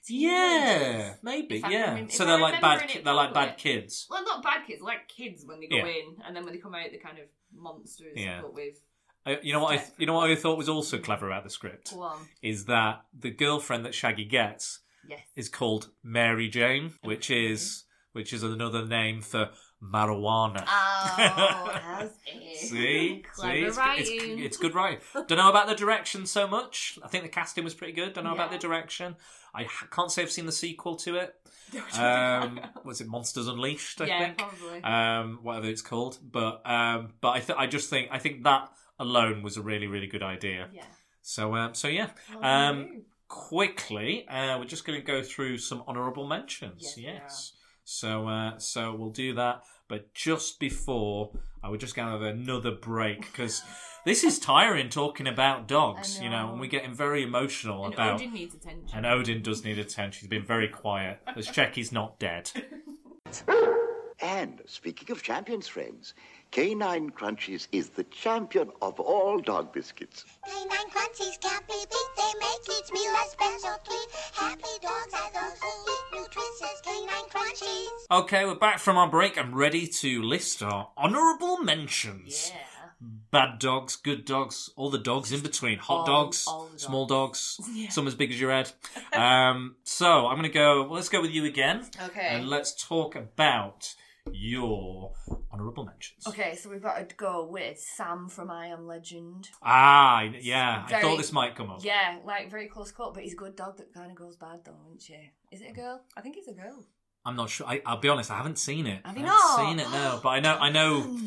Speaker 3: Yeah,
Speaker 4: teenagers.
Speaker 3: maybe.
Speaker 4: If I
Speaker 3: yeah.
Speaker 4: remem- if
Speaker 3: so
Speaker 4: I
Speaker 3: they're like bad.
Speaker 4: remember
Speaker 3: ki-
Speaker 4: it
Speaker 3: They're like bad
Speaker 4: properly.
Speaker 3: kids.
Speaker 4: well not bad kids like kids when they go
Speaker 3: Yeah.
Speaker 4: in and then when they come out they're kind of monsters
Speaker 3: Yeah.
Speaker 4: but with
Speaker 3: I, Uh, you know what? I, th- you know what I thought was also clever about the script
Speaker 4: go on
Speaker 3: is that the girlfriend that Shaggy gets
Speaker 4: yes
Speaker 3: is called Mary Jane, which is which is another name for
Speaker 4: Ah,
Speaker 3: marijuana.
Speaker 4: oh as if.
Speaker 3: See, see,
Speaker 4: clever
Speaker 3: it's, g-
Speaker 4: writing
Speaker 3: it's, g- it's good writing. Don't know about the direction so much. I think the casting was pretty good. Don't know about the
Speaker 4: Yeah.
Speaker 3: direction. I h- can't say I've seen the sequel to it. Um,
Speaker 4: yeah
Speaker 3: was it Monsters Unleashed? I think
Speaker 4: probably
Speaker 3: um, whatever it's called. But um, but I th- I just think I think that alone was a really really good idea.
Speaker 4: yeah
Speaker 3: So um, so yeah,
Speaker 4: Well,
Speaker 3: Um,
Speaker 4: you.
Speaker 3: quickly uh, we're just going to go through some honourable mentions.
Speaker 4: Yes, we
Speaker 3: So uh, so we'll do that. But just before I would just going to have another break because this is tiring talking about dogs.
Speaker 4: I
Speaker 3: You know,
Speaker 4: know.
Speaker 3: and we're getting very emotional
Speaker 4: And
Speaker 3: about.
Speaker 4: Odin needs attention.
Speaker 3: And Odin does need attention. He's been very quiet. Let's check he's not dead.
Speaker 5: And speaking of champions, friends, K9 Crunchies is the champion of all dog biscuits.
Speaker 6: Canine crunchies can't be beat. They make each meal a special treat. Happy dogs are those who eat nutritious canine crunchies.
Speaker 3: Okay, we're back from our break. I'm ready to list our honourable mentions.
Speaker 4: Yeah.
Speaker 3: Bad dogs, good dogs, all the dogs in between. Hot
Speaker 4: All-
Speaker 3: dogs,
Speaker 4: all the
Speaker 3: small dogs,
Speaker 4: Yeah.
Speaker 3: some as big as your head. um, so I'm going to go, well, let's go with you again.
Speaker 4: Okay.
Speaker 3: And let's talk about your honourable mentions.
Speaker 4: Okay, so we've got to go with Sam from I Am Legend.
Speaker 3: Ah, I- yeah, I
Speaker 4: Very-
Speaker 3: thought this might come up.
Speaker 4: Yeah, like very close cut, but he's a good dog that kind of goes bad though, isn't she? Is it a girl? I think it's a girl.
Speaker 3: I'm not sure. I, I'll be honest, I haven't seen it.
Speaker 4: Have
Speaker 3: I haven't
Speaker 4: you not?
Speaker 3: seen it, no. But I know, I know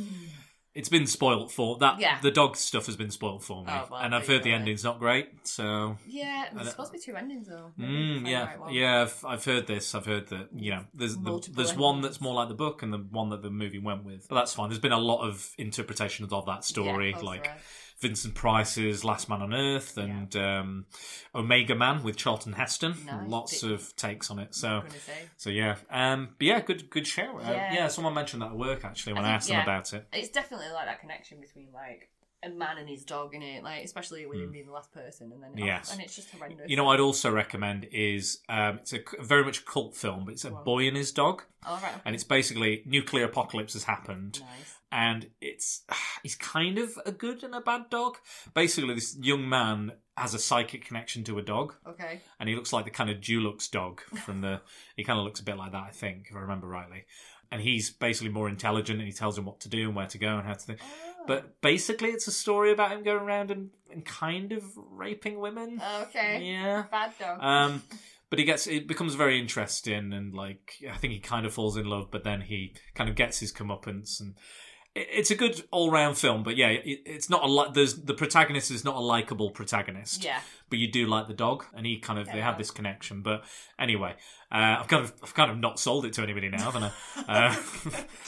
Speaker 3: it's been spoilt for. that.
Speaker 4: Yeah.
Speaker 3: The dog stuff has been spoiled for me.
Speaker 4: Oh, well,
Speaker 3: and I've
Speaker 4: there you
Speaker 3: heard the
Speaker 4: go then.
Speaker 3: ending's not great, so.
Speaker 4: Yeah,
Speaker 3: I don't-
Speaker 4: there's supposed to be two endings though. Maybe
Speaker 3: Mm,
Speaker 4: find the
Speaker 3: yeah,
Speaker 4: right one.
Speaker 3: yeah. I've, I've heard this. I've heard that. You know, there's the,
Speaker 4: Multiple
Speaker 3: there's one
Speaker 4: endings.
Speaker 3: that's more like the book, and the one that the movie went with. But that's fine. There's been a lot of interpretations of that story,
Speaker 4: Yeah, close
Speaker 3: like
Speaker 4: enough.
Speaker 3: Vincent Price's Last Man on Earth and um, Omega Man with Charlton Heston.
Speaker 4: Nice.
Speaker 3: Lots of takes on it. So.
Speaker 4: I'm gonna say.
Speaker 3: So yeah, um, but yeah, good good show. Yeah.
Speaker 4: Yeah.
Speaker 3: yeah, someone mentioned that at work actually when I,
Speaker 4: I think-
Speaker 3: asked them
Speaker 4: yeah.
Speaker 3: about it.
Speaker 4: It's definitely like that connection between like a man and his dog in it, like especially with him being the last person, and then it-
Speaker 3: Mm. Yes.
Speaker 4: and it's just horrendous.
Speaker 3: You know, what I'd also recommend is um, it's a c- very much a cult film, but it's a
Speaker 4: Wow.
Speaker 3: boy and his dog,
Speaker 4: All right.
Speaker 3: and it's basically nuclear apocalypse has happened,
Speaker 4: nice.
Speaker 3: and it's he's kind of a good and a bad dog. Basically, this young man has a psychic connection to a dog,
Speaker 4: Okay.
Speaker 3: and he looks like the kind of Dulux dog from the. he kind of looks a bit like that, I think, if I remember rightly. And he's basically more intelligent, and he tells him what to do and where to go and how to think. But basically, it's a story about him going around and, and kind of raping women.
Speaker 4: Okay.
Speaker 3: Yeah.
Speaker 4: Bad dog.
Speaker 3: Um, but he gets it becomes very interesting, and like I think he kind of falls in love, but then he kind of gets his comeuppance, and it, it's a good all round film. But yeah, it, it's not a li- there's the protagonist is not a likable protagonist,
Speaker 4: yeah.
Speaker 3: but you do like the dog, and he kind of they have this connection. But anyway, uh, I've kind of I've kind of not sold it to anybody now, haven't I? Uh,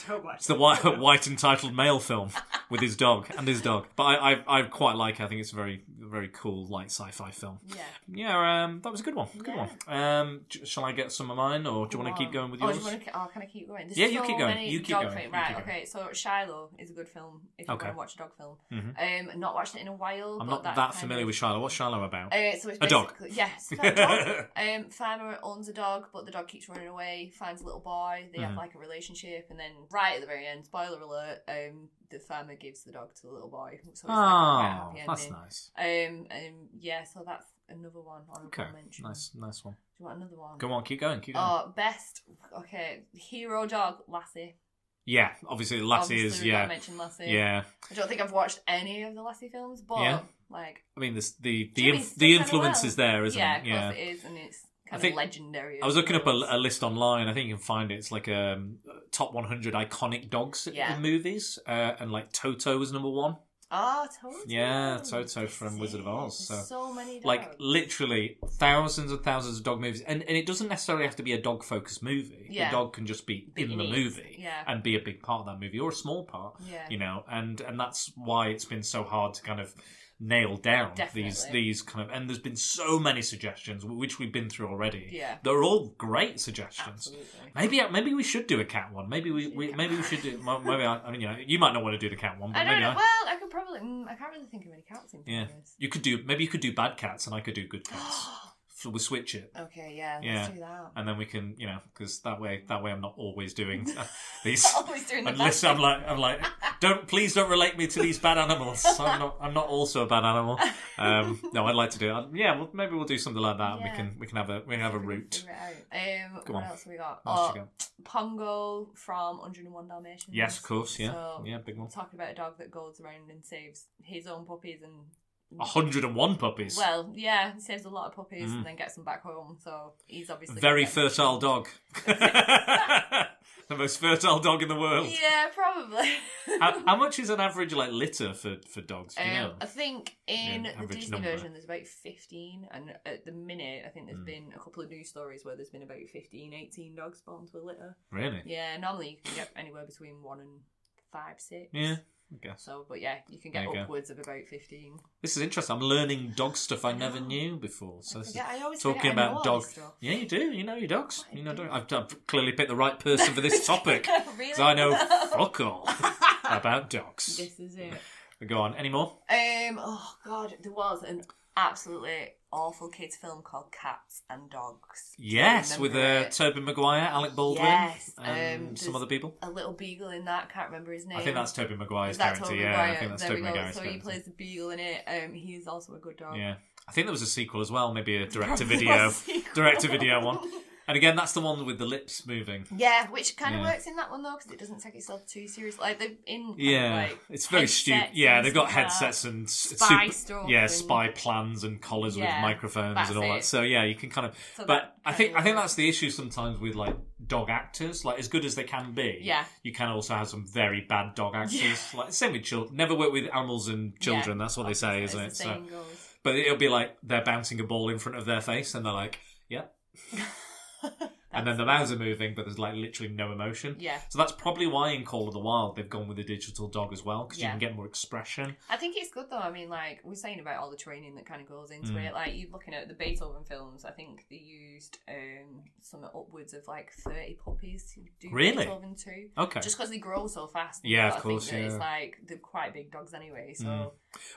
Speaker 4: Don't watch
Speaker 3: It's the white, white entitled male film with his dog and his dog, but I, I I quite like. it. I think it's a very very cool like sci-fi film.
Speaker 4: Yeah.
Speaker 3: Yeah, um, that was a good one. Good one. Um, j- shall I get some of mine, or do you want to keep going with
Speaker 4: oh,
Speaker 3: yours?
Speaker 4: do you want to, oh, can I keep going? There's
Speaker 3: Yeah, you
Speaker 4: so
Speaker 3: keep going.
Speaker 4: many
Speaker 3: You keep
Speaker 4: dog
Speaker 3: going.
Speaker 4: film-
Speaker 3: You
Speaker 4: Right,
Speaker 3: keep going.
Speaker 4: okay. So Shiloh is a good film if you
Speaker 3: Okay.
Speaker 4: want to watch a dog film.
Speaker 3: Mhm.
Speaker 4: Um, not watched it in a while.
Speaker 3: I'm
Speaker 4: but
Speaker 3: not
Speaker 4: that
Speaker 3: that
Speaker 4: kind
Speaker 3: familiar
Speaker 4: of-
Speaker 3: with Shiloh. What's Shiloh about?
Speaker 4: Uh, so it's
Speaker 3: A dog.
Speaker 4: basically- Yes, about a dog. Um, farmer owns a dog, but the dog keeps running away. Finds a little boy. They
Speaker 3: Mhm.
Speaker 4: have like a relationship, and then right at the very end, spoiler alert, um, the farmer gives the dog to the little boy. So it's like quite a
Speaker 3: oh,
Speaker 4: happy
Speaker 3: that's
Speaker 4: ending.
Speaker 3: nice.
Speaker 4: Um, um, yeah. So that's another one. honourable
Speaker 3: Okay,
Speaker 4: mention.
Speaker 3: nice, nice one.
Speaker 4: Do you want another one?
Speaker 3: Go on, keep going, keep going.
Speaker 4: Oh, best. Okay, hero dog Lassie.
Speaker 3: yeah, obviously Lassie is.
Speaker 4: Obviously, we gotta
Speaker 3: Yeah,
Speaker 4: mention Lassie.
Speaker 3: yeah.
Speaker 4: I don't think I've watched any of the Lassie films, but
Speaker 3: Yeah.
Speaker 4: like,
Speaker 3: I mean, this, the the
Speaker 4: Jimmy's
Speaker 3: inf-
Speaker 4: still
Speaker 3: the
Speaker 4: kinda
Speaker 3: influence
Speaker 4: well.
Speaker 3: is there, isn't
Speaker 4: yeah,
Speaker 3: it?
Speaker 4: of
Speaker 3: Yeah.
Speaker 4: course it is, and it's
Speaker 3: I
Speaker 4: kind of
Speaker 3: think-
Speaker 4: legendary.
Speaker 3: I was looking up a, a list online. I think you can find it. It's like um, top 100 iconic dogs
Speaker 4: Yeah.
Speaker 3: in movies, uh, and like Toto was number one.
Speaker 4: Ah, Toto.
Speaker 3: Yeah, Toto
Speaker 4: This
Speaker 3: from
Speaker 4: is
Speaker 3: Wizard of
Speaker 4: it.
Speaker 3: Oz,
Speaker 4: There's
Speaker 3: so,
Speaker 4: many dogs.
Speaker 3: Like literally thousands and thousands of dog movies, and, and it doesn't necessarily have to be a dog focused movie.
Speaker 4: Yeah.
Speaker 3: The dog can just be
Speaker 4: Be
Speaker 3: in
Speaker 4: in
Speaker 3: the
Speaker 4: it.
Speaker 3: movie
Speaker 4: Yeah.
Speaker 3: and be a big part of that movie or a small part.
Speaker 4: Yeah.
Speaker 3: you know, and and that's why it's been so hard to kind of nail down these
Speaker 4: Definitely.
Speaker 3: these kind of. And there's been so many suggestions which we've been through already.
Speaker 4: Yeah.
Speaker 3: they're all great suggestions.
Speaker 4: Absolutely.
Speaker 3: Maybe uh, maybe we should do a cat one. Maybe we, we maybe we should do. Maybe I, I mean, you know, you might not want to do the cat one, but
Speaker 4: I don't
Speaker 3: maybe
Speaker 4: know.
Speaker 3: I.
Speaker 4: Well, I could probably. Mm, I can't really think of any cats in
Speaker 3: Yeah.
Speaker 4: Paris.
Speaker 3: You could do maybe you could do bad cats and I could do good cats. F- we'll switch it.
Speaker 4: Okay, yeah,
Speaker 3: Yeah.
Speaker 4: let's do that.
Speaker 3: And then we can, you know, because that way, that way, I'm not always doing these.
Speaker 4: Always doing the
Speaker 3: Unless
Speaker 4: bad
Speaker 3: I'm like, I'm like, don't please don't relate me to these bad animals. I'm not, I'm not also a bad animal. Um, no, I'd like to do. it. Yeah, well, maybe we'll do something like that. and We
Speaker 4: Yeah.
Speaker 3: can, we can have a, we can have a route.
Speaker 4: Figure it out. Um,
Speaker 3: Go
Speaker 4: what
Speaker 3: on.
Speaker 4: else have we got?
Speaker 3: What else
Speaker 4: Oh,
Speaker 3: you got?
Speaker 4: Pongo from 101 Dalmatians.
Speaker 3: Yes, of course. Yeah,
Speaker 4: So,
Speaker 3: yeah, big one.
Speaker 4: Talking about a dog that goes around and saves his own puppies and.
Speaker 3: 101 puppies.
Speaker 4: Well, yeah, he saves a lot of puppies
Speaker 3: Mm.
Speaker 4: and then gets them back home. So he's obviously
Speaker 3: Very
Speaker 4: got-
Speaker 3: fertile dog. the most fertile dog in the world.
Speaker 4: Yeah, probably.
Speaker 3: How, how much is an average like litter for for dogs? Do you know?
Speaker 4: Um, I think in
Speaker 3: Yeah,
Speaker 4: the
Speaker 3: average
Speaker 4: Disney
Speaker 3: number.
Speaker 4: version there's about 15, and at the minute I think there's
Speaker 3: Mm.
Speaker 4: been a couple of news stories where there's been about 15, 18 dogs born to a litter.
Speaker 3: Really?
Speaker 4: Yeah, normally you can get anywhere between one and five, six.
Speaker 3: Yeah, I guess.
Speaker 4: So, but yeah, you can get
Speaker 3: There you go.
Speaker 4: upwards of about 15.
Speaker 3: This is interesting. I'm learning dog stuff I never knew before. So this is
Speaker 4: Yeah, I always forget
Speaker 3: talking
Speaker 4: I know
Speaker 3: about
Speaker 4: all
Speaker 3: dog.
Speaker 4: this stuff.
Speaker 3: Yeah, you do. You know your dogs.
Speaker 4: I
Speaker 3: You know,
Speaker 4: do.
Speaker 3: dog. I've, I've clearly picked the right person for this topic.
Speaker 4: really?
Speaker 3: So I know fuck all about dogs.
Speaker 4: This is it.
Speaker 3: Go on. Any more?
Speaker 4: Um, oh god, there was an absolutely awful kids film called Cats and Dogs.
Speaker 3: Yes, with uh,
Speaker 4: Remember it.
Speaker 3: Tobin Maguire, Alec Baldwin,
Speaker 4: Yes,
Speaker 3: and
Speaker 4: um,
Speaker 3: some
Speaker 4: there's-
Speaker 3: other people.
Speaker 4: a little beagle in that. Can't remember his name.
Speaker 3: I think that's Tobin Maguire's
Speaker 4: Is that
Speaker 3: character.
Speaker 4: Tobey
Speaker 3: yeah,
Speaker 4: Maguire?
Speaker 3: I think that's
Speaker 4: there
Speaker 3: Tobin
Speaker 4: we go.
Speaker 3: Maguire's
Speaker 4: so he
Speaker 3: character.
Speaker 4: plays the beagle in it. Um, he is also a good dog.
Speaker 3: Yeah, I think there was a sequel as well. Maybe a direct to
Speaker 4: Probably
Speaker 3: video,
Speaker 4: a sequel.
Speaker 3: direct to video one. And again, that's the one with the lips moving.
Speaker 4: Yeah, which kind
Speaker 3: Yeah.
Speaker 4: of works in that one though, because it doesn't take itself too seriously. Like they're in. kind of,
Speaker 3: Yeah,
Speaker 4: like,
Speaker 3: it's very stupid.
Speaker 4: headsets
Speaker 3: Yeah,
Speaker 4: and
Speaker 3: they've got
Speaker 4: stuff like that.
Speaker 3: headsets and s-
Speaker 4: Spy stuff
Speaker 3: yeah,
Speaker 4: and-
Speaker 3: spy plans and collars
Speaker 4: Yeah,
Speaker 3: with microphones
Speaker 4: that's
Speaker 3: and all that.
Speaker 4: it.
Speaker 3: So yeah, you can kind of. but
Speaker 4: So that
Speaker 3: I
Speaker 4: kinda
Speaker 3: think I think
Speaker 4: works.
Speaker 3: that's the issue sometimes with like dog actors. Like as good as they can be,
Speaker 4: Yeah.
Speaker 3: you can also have some very bad dog actors. Like same with children. Never work with animals and children.
Speaker 4: Yeah,
Speaker 3: that's what they
Speaker 4: obviously,
Speaker 3: say,
Speaker 4: it's
Speaker 3: isn't
Speaker 4: the
Speaker 3: it? So,
Speaker 4: same goes.
Speaker 3: but it'll be like they're bouncing a ball in front of their face, and they're like, yeah. and then the mouths are moving, but there's like literally no emotion.
Speaker 4: Yeah.
Speaker 3: So that's probably why in Call of the Wild they've gone with a digital dog as well because
Speaker 4: Yeah.
Speaker 3: you can get more expression.
Speaker 4: I think it's good though. I mean, like we're saying about all the training that kind of goes into
Speaker 3: Mm.
Speaker 4: it. Like you're looking at the Beethoven films. I think they used um some upwards of like thirty puppies to do
Speaker 3: Really?
Speaker 4: Beethoven too.
Speaker 3: Okay.
Speaker 4: Just because they grow so fast.
Speaker 3: Yeah,
Speaker 4: you've
Speaker 3: of
Speaker 4: gotta think
Speaker 3: course,
Speaker 4: that It's
Speaker 3: yeah.
Speaker 4: like they're quite big dogs anyway. So
Speaker 3: Mm.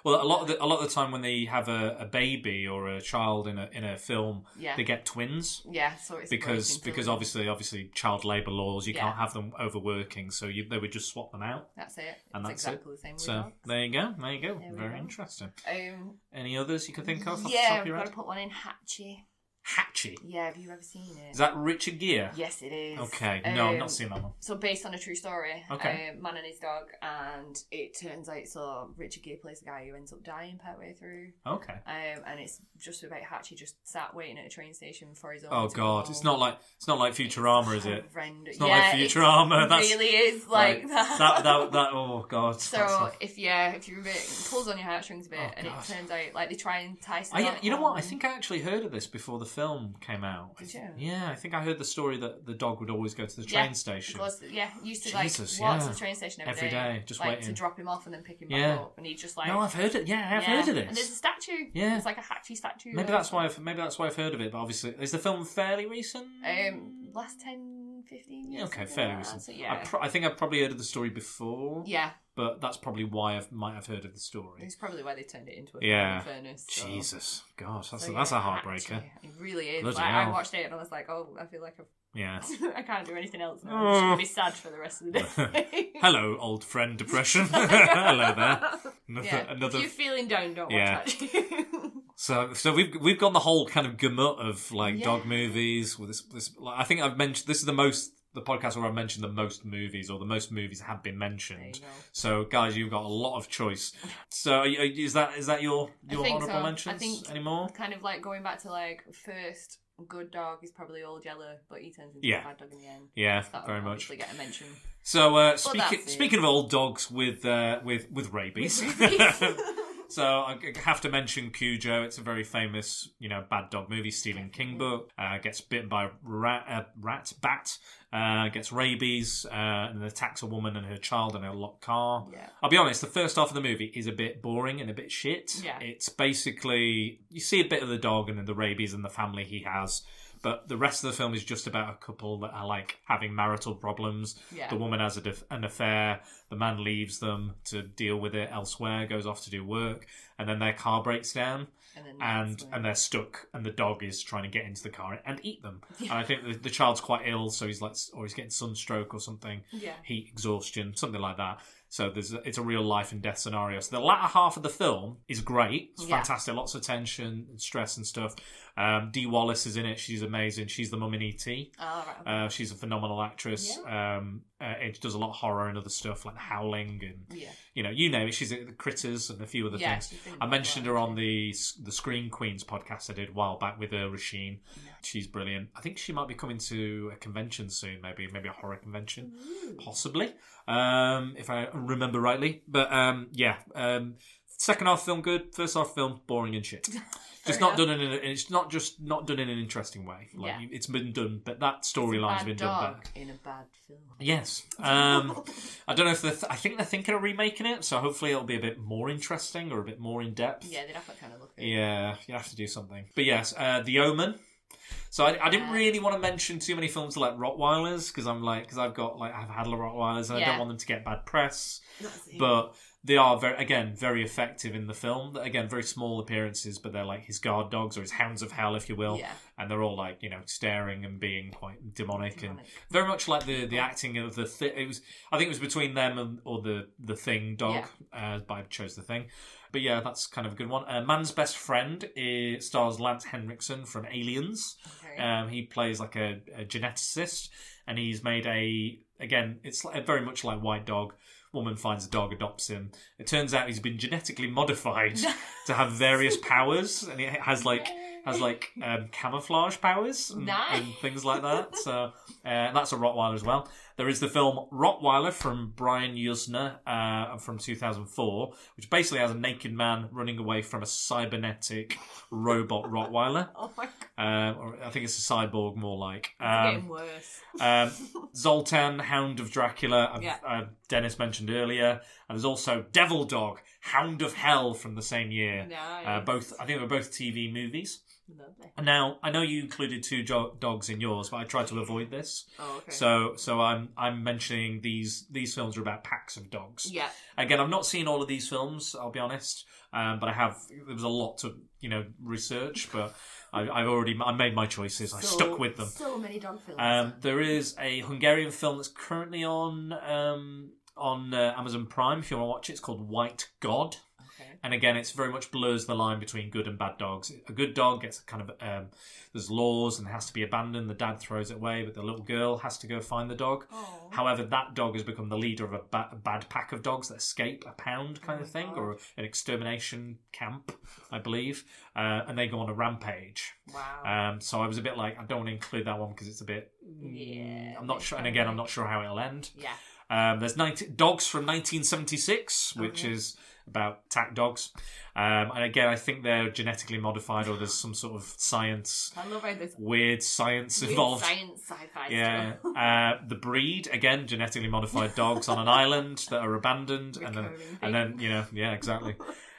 Speaker 3: well, a lot of the, a lot of the time when they have a, a baby or a child in a in a film,
Speaker 4: yeah,
Speaker 3: they get twins
Speaker 4: yeah. So it's
Speaker 3: because
Speaker 4: breaking
Speaker 3: because
Speaker 4: through.
Speaker 3: obviously obviously child labour laws you
Speaker 4: Yeah.
Speaker 3: can't have them overworking, so you, they would just swap them out.
Speaker 4: that's it.
Speaker 3: And
Speaker 4: it's
Speaker 3: that's it.
Speaker 4: exactly the same. With
Speaker 3: So
Speaker 4: dogs.
Speaker 3: there you go, there you go.
Speaker 4: There we
Speaker 3: Very
Speaker 4: go.
Speaker 3: interesting.
Speaker 4: Um,
Speaker 3: Any others you can think of? Off the top
Speaker 4: yeah,
Speaker 3: of
Speaker 4: we've
Speaker 3: your
Speaker 4: got to
Speaker 3: head?
Speaker 4: put one in Hatchie.
Speaker 3: Hatchie.
Speaker 4: Yeah, have you ever seen it?
Speaker 3: Is that Richard Gere?
Speaker 4: yes, it is.
Speaker 3: Okay. No, I've
Speaker 4: Um,
Speaker 3: not seen that one.
Speaker 4: So based on a true story,
Speaker 3: Okay.
Speaker 4: uh, man and his dog, and it turns out so Richard Gere plays the guy who ends up dying partway through,
Speaker 3: Okay.
Speaker 4: um, and it's just about Hatchie just sat waiting at a train station for his own.
Speaker 3: Oh
Speaker 4: to
Speaker 3: god,
Speaker 4: go.
Speaker 3: it's not like it's not like Futurama, is it?
Speaker 4: Horrendous.
Speaker 3: It's not like
Speaker 4: it
Speaker 3: Futurama, that's-
Speaker 4: really is like, that.
Speaker 3: that, that, that, oh god. that's
Speaker 4: So
Speaker 3: awful.
Speaker 4: if yeah, if you're a bit it pulls on your heartstrings a bit,
Speaker 3: Oh,
Speaker 4: and it
Speaker 3: God.
Speaker 4: turns out like they try and tie.
Speaker 3: I,
Speaker 4: Scott
Speaker 3: you know what? I
Speaker 4: on-
Speaker 3: think I actually heard of this before the film came out.
Speaker 4: Did you?
Speaker 3: Yeah, I think I heard the story that the dog would always go to the
Speaker 4: Yeah,
Speaker 3: train station.
Speaker 4: Because, yeah, he used to
Speaker 3: Jesus,
Speaker 4: like walk
Speaker 3: yeah.
Speaker 4: to the train station
Speaker 3: Every
Speaker 4: every
Speaker 3: day, just
Speaker 4: like,
Speaker 3: waiting.
Speaker 4: to drop him off and then pick him
Speaker 3: Yeah.
Speaker 4: back up, and he just like
Speaker 3: no, I've heard it. Yeah, I've
Speaker 4: yeah.
Speaker 3: heard of
Speaker 4: And there's a
Speaker 3: this.
Speaker 4: statue.
Speaker 3: Yeah.
Speaker 4: it's like a Hatchie statue.
Speaker 3: Maybe
Speaker 4: or
Speaker 3: that's why. I've, maybe that's why I've heard of it. But obviously, is the film fairly recent?
Speaker 4: Um, last 10, 15
Speaker 3: Yeah,
Speaker 4: years.
Speaker 3: okay,
Speaker 4: something
Speaker 3: fairly
Speaker 4: like that.
Speaker 3: recent.
Speaker 4: So, yeah,
Speaker 3: I, pro- I think I've probably heard of the story before.
Speaker 4: yeah,
Speaker 3: But that's probably why I might have heard of the story.
Speaker 4: it's probably why they turned it into a
Speaker 3: Yeah.
Speaker 4: yeah. furnace. So.
Speaker 3: Jesus, God, that's
Speaker 4: So,
Speaker 3: that's
Speaker 4: yeah,
Speaker 3: a heartbreaker.
Speaker 4: Hatchie. It really is.
Speaker 3: Bloody
Speaker 4: Like, I
Speaker 3: hell.
Speaker 4: watched it and I was like, oh, I feel like I've,
Speaker 3: Yeah.
Speaker 4: I can't do anything else. Now. I'm just gonna be sad for the rest of the day.
Speaker 3: Oh. Hello, old friend, depression. Hello there. Another,
Speaker 4: Yeah.
Speaker 3: another
Speaker 4: If you're feeling down, don't
Speaker 3: Yeah.
Speaker 4: watch Hatchie.
Speaker 3: So, so we've we've gone the whole kind of gamut of like
Speaker 4: Yeah.
Speaker 3: dog movies. With this, this, like, I think I've mentioned this is the most the podcast where I've mentioned the most movies or the most movies have been
Speaker 4: There you
Speaker 3: mentioned.
Speaker 4: go.
Speaker 3: So, guys, you've got a lot of choice. So, are you- is that is that your
Speaker 4: I
Speaker 3: your
Speaker 4: think
Speaker 3: honourable
Speaker 4: so. I
Speaker 3: mentions
Speaker 4: think-
Speaker 3: anymore?
Speaker 4: Kind of like going back to like first good dog is probably all yellow, but he turns into
Speaker 3: Yeah.
Speaker 4: a bad dog in the end.
Speaker 3: Yeah,
Speaker 4: That'll
Speaker 3: very much.
Speaker 4: obviously get a mention.
Speaker 3: So uh,
Speaker 4: that's
Speaker 3: speaking
Speaker 4: it.
Speaker 3: speaking of old dogs with uh, with with rabies. So I g- have to mention Cujo. It's a very famous, you know, bad dog movie. Stephen King book uh, gets bitten by a rat, uh, rat bat, uh, gets rabies, uh, and attacks a woman and her child in a locked car.
Speaker 4: yeah.
Speaker 3: I'll be honest, the first half of the movie is a bit boring and a bit shit.
Speaker 4: Yeah.
Speaker 3: It's basically you see a bit of the dog and the rabies and the family he has, but the rest of the film is just about a couple that are like having marital problems.
Speaker 4: Yeah.
Speaker 3: The woman has a dif- an affair, the man leaves them to deal with it elsewhere, goes off to do work, and then their car breaks down
Speaker 4: And then
Speaker 3: and
Speaker 4: that's when-
Speaker 3: and they're stuck and the dog is trying to get into the car and eat them.
Speaker 4: Yeah.
Speaker 3: And I think the, the child's quite ill, so he's like or he's getting sunstroke or something
Speaker 4: yeah.
Speaker 3: heat exhaustion, something like that. So there's a, it's a real life and death scenario. So the latter half of the film is great. It's
Speaker 4: Yeah.
Speaker 3: fantastic. Lots of tension and stress and stuff. Um, Dee Wallace is in it. She's amazing. She's the mum in E E.T.
Speaker 4: All right.
Speaker 3: Uh, she's a phenomenal actress. Um, uh, it does a lot of horror and other stuff like Howling and
Speaker 4: yeah.
Speaker 3: you know you name it. She's in the Critters and a few other
Speaker 4: yeah.
Speaker 3: things. I mentioned her on the the Screen Queens podcast I did a while back with uh, Rasheen. She's brilliant. I think she might be coming to a convention soon, maybe maybe a horror convention, possibly, um, if I remember rightly. But um, yeah, um, second half film good, first half film boring and shit. Just not done in a, it's not just not done in an interesting way. Like
Speaker 4: Yeah.
Speaker 3: you- it's been done, but that storyline's been done better.
Speaker 4: dog in a bad film.
Speaker 3: Yes. Um, I don't know if they're th- I think they're thinking of remaking it, so hopefully it'll be a bit more interesting or a bit more in depth.
Speaker 4: Yeah, they'd have that kind of look. at it.
Speaker 3: Yeah, you have to do something. But yes, uh, The Omen. So I, I didn't
Speaker 4: Yeah.
Speaker 3: really want to mention too many films like Rottweilers because I'm like because I've got like I've had a lot of Rottweilers and I don't
Speaker 4: Yeah.
Speaker 3: want them to get bad press.
Speaker 4: That's it.
Speaker 3: But they are very again very effective in the film. Again, very small appearances, but they're like his guard dogs or his hounds of hell, if you will.
Speaker 4: Yeah.
Speaker 3: And they're all like you know staring and being quite demonic, and
Speaker 4: Demonic.
Speaker 3: very much like the the acting of the thi- it was I think it was between them and or the the thing dog. Uh, but I chose the thing. But yeah, that's kind of a good one. Uh, Man's Best Friend is, stars Lance Henriksen from Aliens.
Speaker 4: Okay.
Speaker 3: Um, he plays like a, a geneticist, and he's made a again. It's like, very much like White Dog. Woman finds a dog, adopts him. It turns out he's been genetically modified to have various powers, and it has like has like um, camouflage powers and,
Speaker 4: Nice.
Speaker 3: and things like that. So uh, that's a Rottweiler as well. There is the film Rottweiler from Brian Yuzna uh, from 2004, which basically has a naked man running away from a cybernetic robot Rottweiler.
Speaker 4: oh my god,
Speaker 3: Um, or I think it's a cyborg, more like.
Speaker 4: it's
Speaker 3: Um,
Speaker 4: getting worse.
Speaker 3: um, Zoltan, Hound of Dracula, I've-
Speaker 4: Yeah.
Speaker 3: uh, Dennis mentioned earlier. And there's also Devil Dog, Hound of Hell from the same year.
Speaker 4: Nice.
Speaker 3: Uh, both, I think they were both TV movies.
Speaker 4: Lovely.
Speaker 3: And Now, I know you included two jo- dogs in yours, but I tried to avoid this.
Speaker 4: Oh, okay.
Speaker 3: So, so I'm I'm mentioning these these films are about packs of dogs.
Speaker 4: yeah,
Speaker 3: Again, I've not seen all of these films. I'll be honest, um, but I have. There was a lot to you know research, but I, I've already I made my choices. I
Speaker 4: So-
Speaker 3: stuck with them.
Speaker 4: So many dog films.
Speaker 3: Um, there is a Hungarian film that's currently on um, on uh, Amazon Prime. If you want to watch it, it's called White God.
Speaker 4: okay.
Speaker 3: And again, it's very much blurs the line between good and bad dogs. A good dog gets kind of um, there's laws and has to be abandoned. The dad throws it away, but the little girl has to go find the dog.
Speaker 4: Oh.
Speaker 3: However, that dog has become the leader of a, ba- a bad pack of dogs that escape a pound kind of thing, or an extermination camp, I believe, uh, and they go on a rampage.
Speaker 4: Wow.
Speaker 3: Um, so I was a bit like, I don't want to include that one because it's a bit. mm,
Speaker 4: Yeah,
Speaker 3: I'm not
Speaker 4: it's
Speaker 3: sure. And
Speaker 4: kinda
Speaker 3: again, I'm
Speaker 4: like-
Speaker 3: not sure how it'll end.
Speaker 4: yeah.
Speaker 3: Um, there's 19, Dogs from 1976, which is about attack dogs. Um, and again, I think they're genetically modified or there's some sort of science,
Speaker 4: I love how there's
Speaker 3: weird science
Speaker 4: weird
Speaker 3: involved.
Speaker 4: science sci-fi
Speaker 3: Yeah.
Speaker 4: stuff.
Speaker 3: Uh, the breed, again, genetically modified dogs on an island that are abandoned. And then,
Speaker 4: Recurring
Speaker 3: and then, you know, yeah, exactly.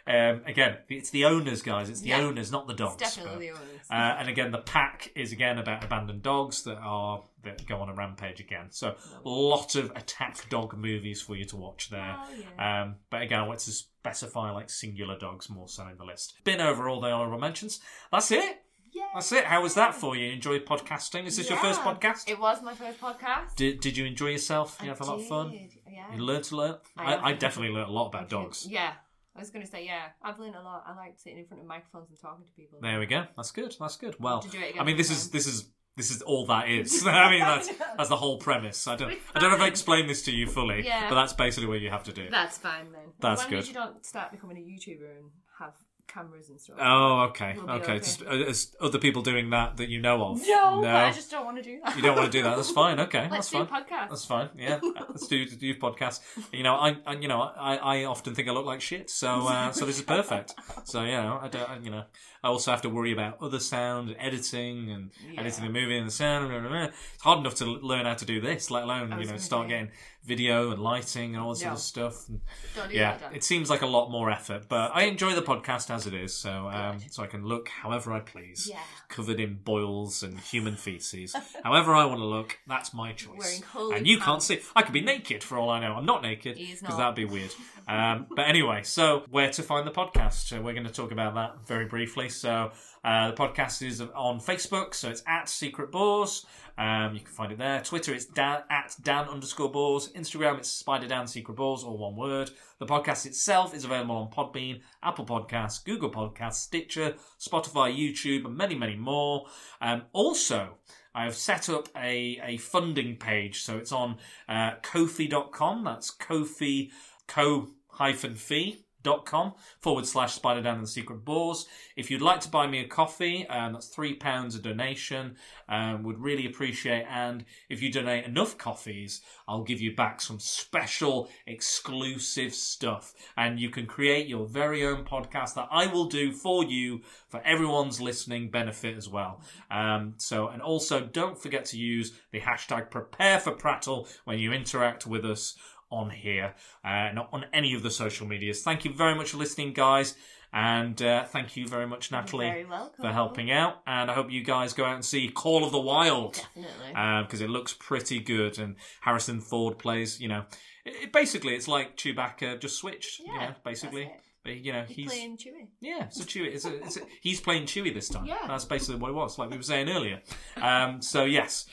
Speaker 3: Um, again, it's the owners, guys. It's the
Speaker 4: Yeah.
Speaker 3: owners, not the dogs.
Speaker 4: It's definitely
Speaker 3: but-
Speaker 4: the owners.
Speaker 3: uh, and again, the pack is again about abandoned dogs that are that go on a rampage again. So, a lot of attack dog movies for you to watch there.
Speaker 4: Oh, yeah.
Speaker 3: Um, but again, I want to specify like singular dogs more so in the list. Been over all the honourable mentions. That's it.
Speaker 4: Yeah.
Speaker 3: That's it. How was that for you? Enjoyed podcasting? Is this your first
Speaker 4: Yeah.
Speaker 3: podcast?
Speaker 4: It was my first podcast.
Speaker 3: Did, did you enjoy yourself? Did you
Speaker 4: I
Speaker 3: have a lot of fun?
Speaker 4: did, Yeah.
Speaker 3: You learned to learn?
Speaker 4: I
Speaker 3: I, I
Speaker 4: have.
Speaker 3: definitely learned a lot about
Speaker 4: I
Speaker 3: dogs.
Speaker 4: did. Yeah. I was going to say, yeah, I've learned a lot. I like sitting in front of microphones and talking to people.
Speaker 3: There we go. That's good. That's good. Well,
Speaker 4: To do it again
Speaker 3: I mean, this
Speaker 4: next
Speaker 3: is
Speaker 4: time.
Speaker 3: this is this is all that is. I mean, that's that's the whole premise. I don't I don't know if I explained this to you fully,
Speaker 4: Yeah.
Speaker 3: but that's basically what you have to do.
Speaker 4: That's fine then.
Speaker 3: That's
Speaker 4: As long
Speaker 3: good.
Speaker 4: As you don't start becoming a YouTuber and have cameras and stuff.
Speaker 3: Oh, okay,
Speaker 4: We'll be
Speaker 3: okay.
Speaker 4: okay.
Speaker 3: Just uh, as other people doing that that you know of.
Speaker 4: no, but I just don't want to do that.
Speaker 3: you don't want to do that. That's fine. Okay,
Speaker 4: Let's
Speaker 3: that's
Speaker 4: do
Speaker 3: fine.
Speaker 4: a podcast.
Speaker 3: That's fine. Yeah, let's do do your podcast. You know, I, I you know I, I often think I look like shit, so uh, so this is perfect. So you know, I don't I, you know I also have to worry about other sound and editing and editing the movie and the sound. Blah, blah, blah. It's hard enough to l- learn how to do this, let alone
Speaker 4: I
Speaker 3: you
Speaker 4: was
Speaker 3: know
Speaker 4: gonna
Speaker 3: start
Speaker 4: say.
Speaker 3: getting video and lighting and all this sort
Speaker 4: No.
Speaker 3: of stuff. And,
Speaker 4: Don't do
Speaker 3: yeah,
Speaker 4: that. Dan.
Speaker 3: it seems like a lot more effort, but I enjoy the podcast as it is, so um,
Speaker 4: Good.
Speaker 3: so I can look however I please,
Speaker 4: Yeah.
Speaker 3: covered in boils and human feces. however I want to look, that's my
Speaker 4: Wearing
Speaker 3: choice.
Speaker 4: holy
Speaker 3: And you can't
Speaker 4: pants.
Speaker 3: see. I could be naked for all I know. I'm not naked
Speaker 4: He is
Speaker 3: because that'd
Speaker 4: not.
Speaker 3: be weird. Um, but anyway, so where to find the podcast? So we're going to talk about that very briefly. So uh, the podcast is on Facebook, so it's at Secret Boars. Um, you can find it there. Twitter, it's Dan, at Dan underscore Boars. Instagram, it's Spider Dan Secret Boars, all one word. The podcast itself is available on Podbean, Apple Podcasts, Google Podcasts, Stitcher, Spotify, YouTube, and many, many more. Um, also, I have set up a, a funding page, so it's on uh, Kofi.com. That's Kofi co hyphen fee dot com forward slash spider down and the secret balls if you'd like to buy me a coffee um, that's three pounds a donation um, would really appreciate and if you donate enough coffees i'll give you back some special exclusive stuff and you can create your very own podcast that i will do for you for everyone's listening benefit as well um, so and also don't forget to use the hashtag prepare for prattle when you interact with us on here, uh, not on any of the social medias. Thank you very much for listening, guys, and uh, thank you very much, Natalie,
Speaker 4: very welcome.
Speaker 3: for helping out. And I hope you guys go out and see Call of the Wild
Speaker 4: Definitely.
Speaker 3: because Um, it looks pretty good. And Harrison Ford plays, you know, it, it- basically it's like Chewbacca just switched, you
Speaker 4: Yeah,
Speaker 3: know, basically.
Speaker 4: that's it.
Speaker 3: But you know,
Speaker 4: He's
Speaker 3: he's
Speaker 4: playing Chewie.
Speaker 3: yeah, it's a Chewie. It's a, it's a, he's playing Chewie this time.
Speaker 4: Yeah.
Speaker 3: That's basically what it was, like we were saying earlier. Um, so yes,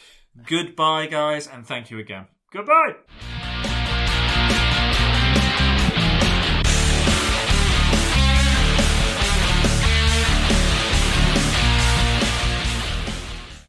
Speaker 3: goodbye, guys, and thank you again. Goodbye.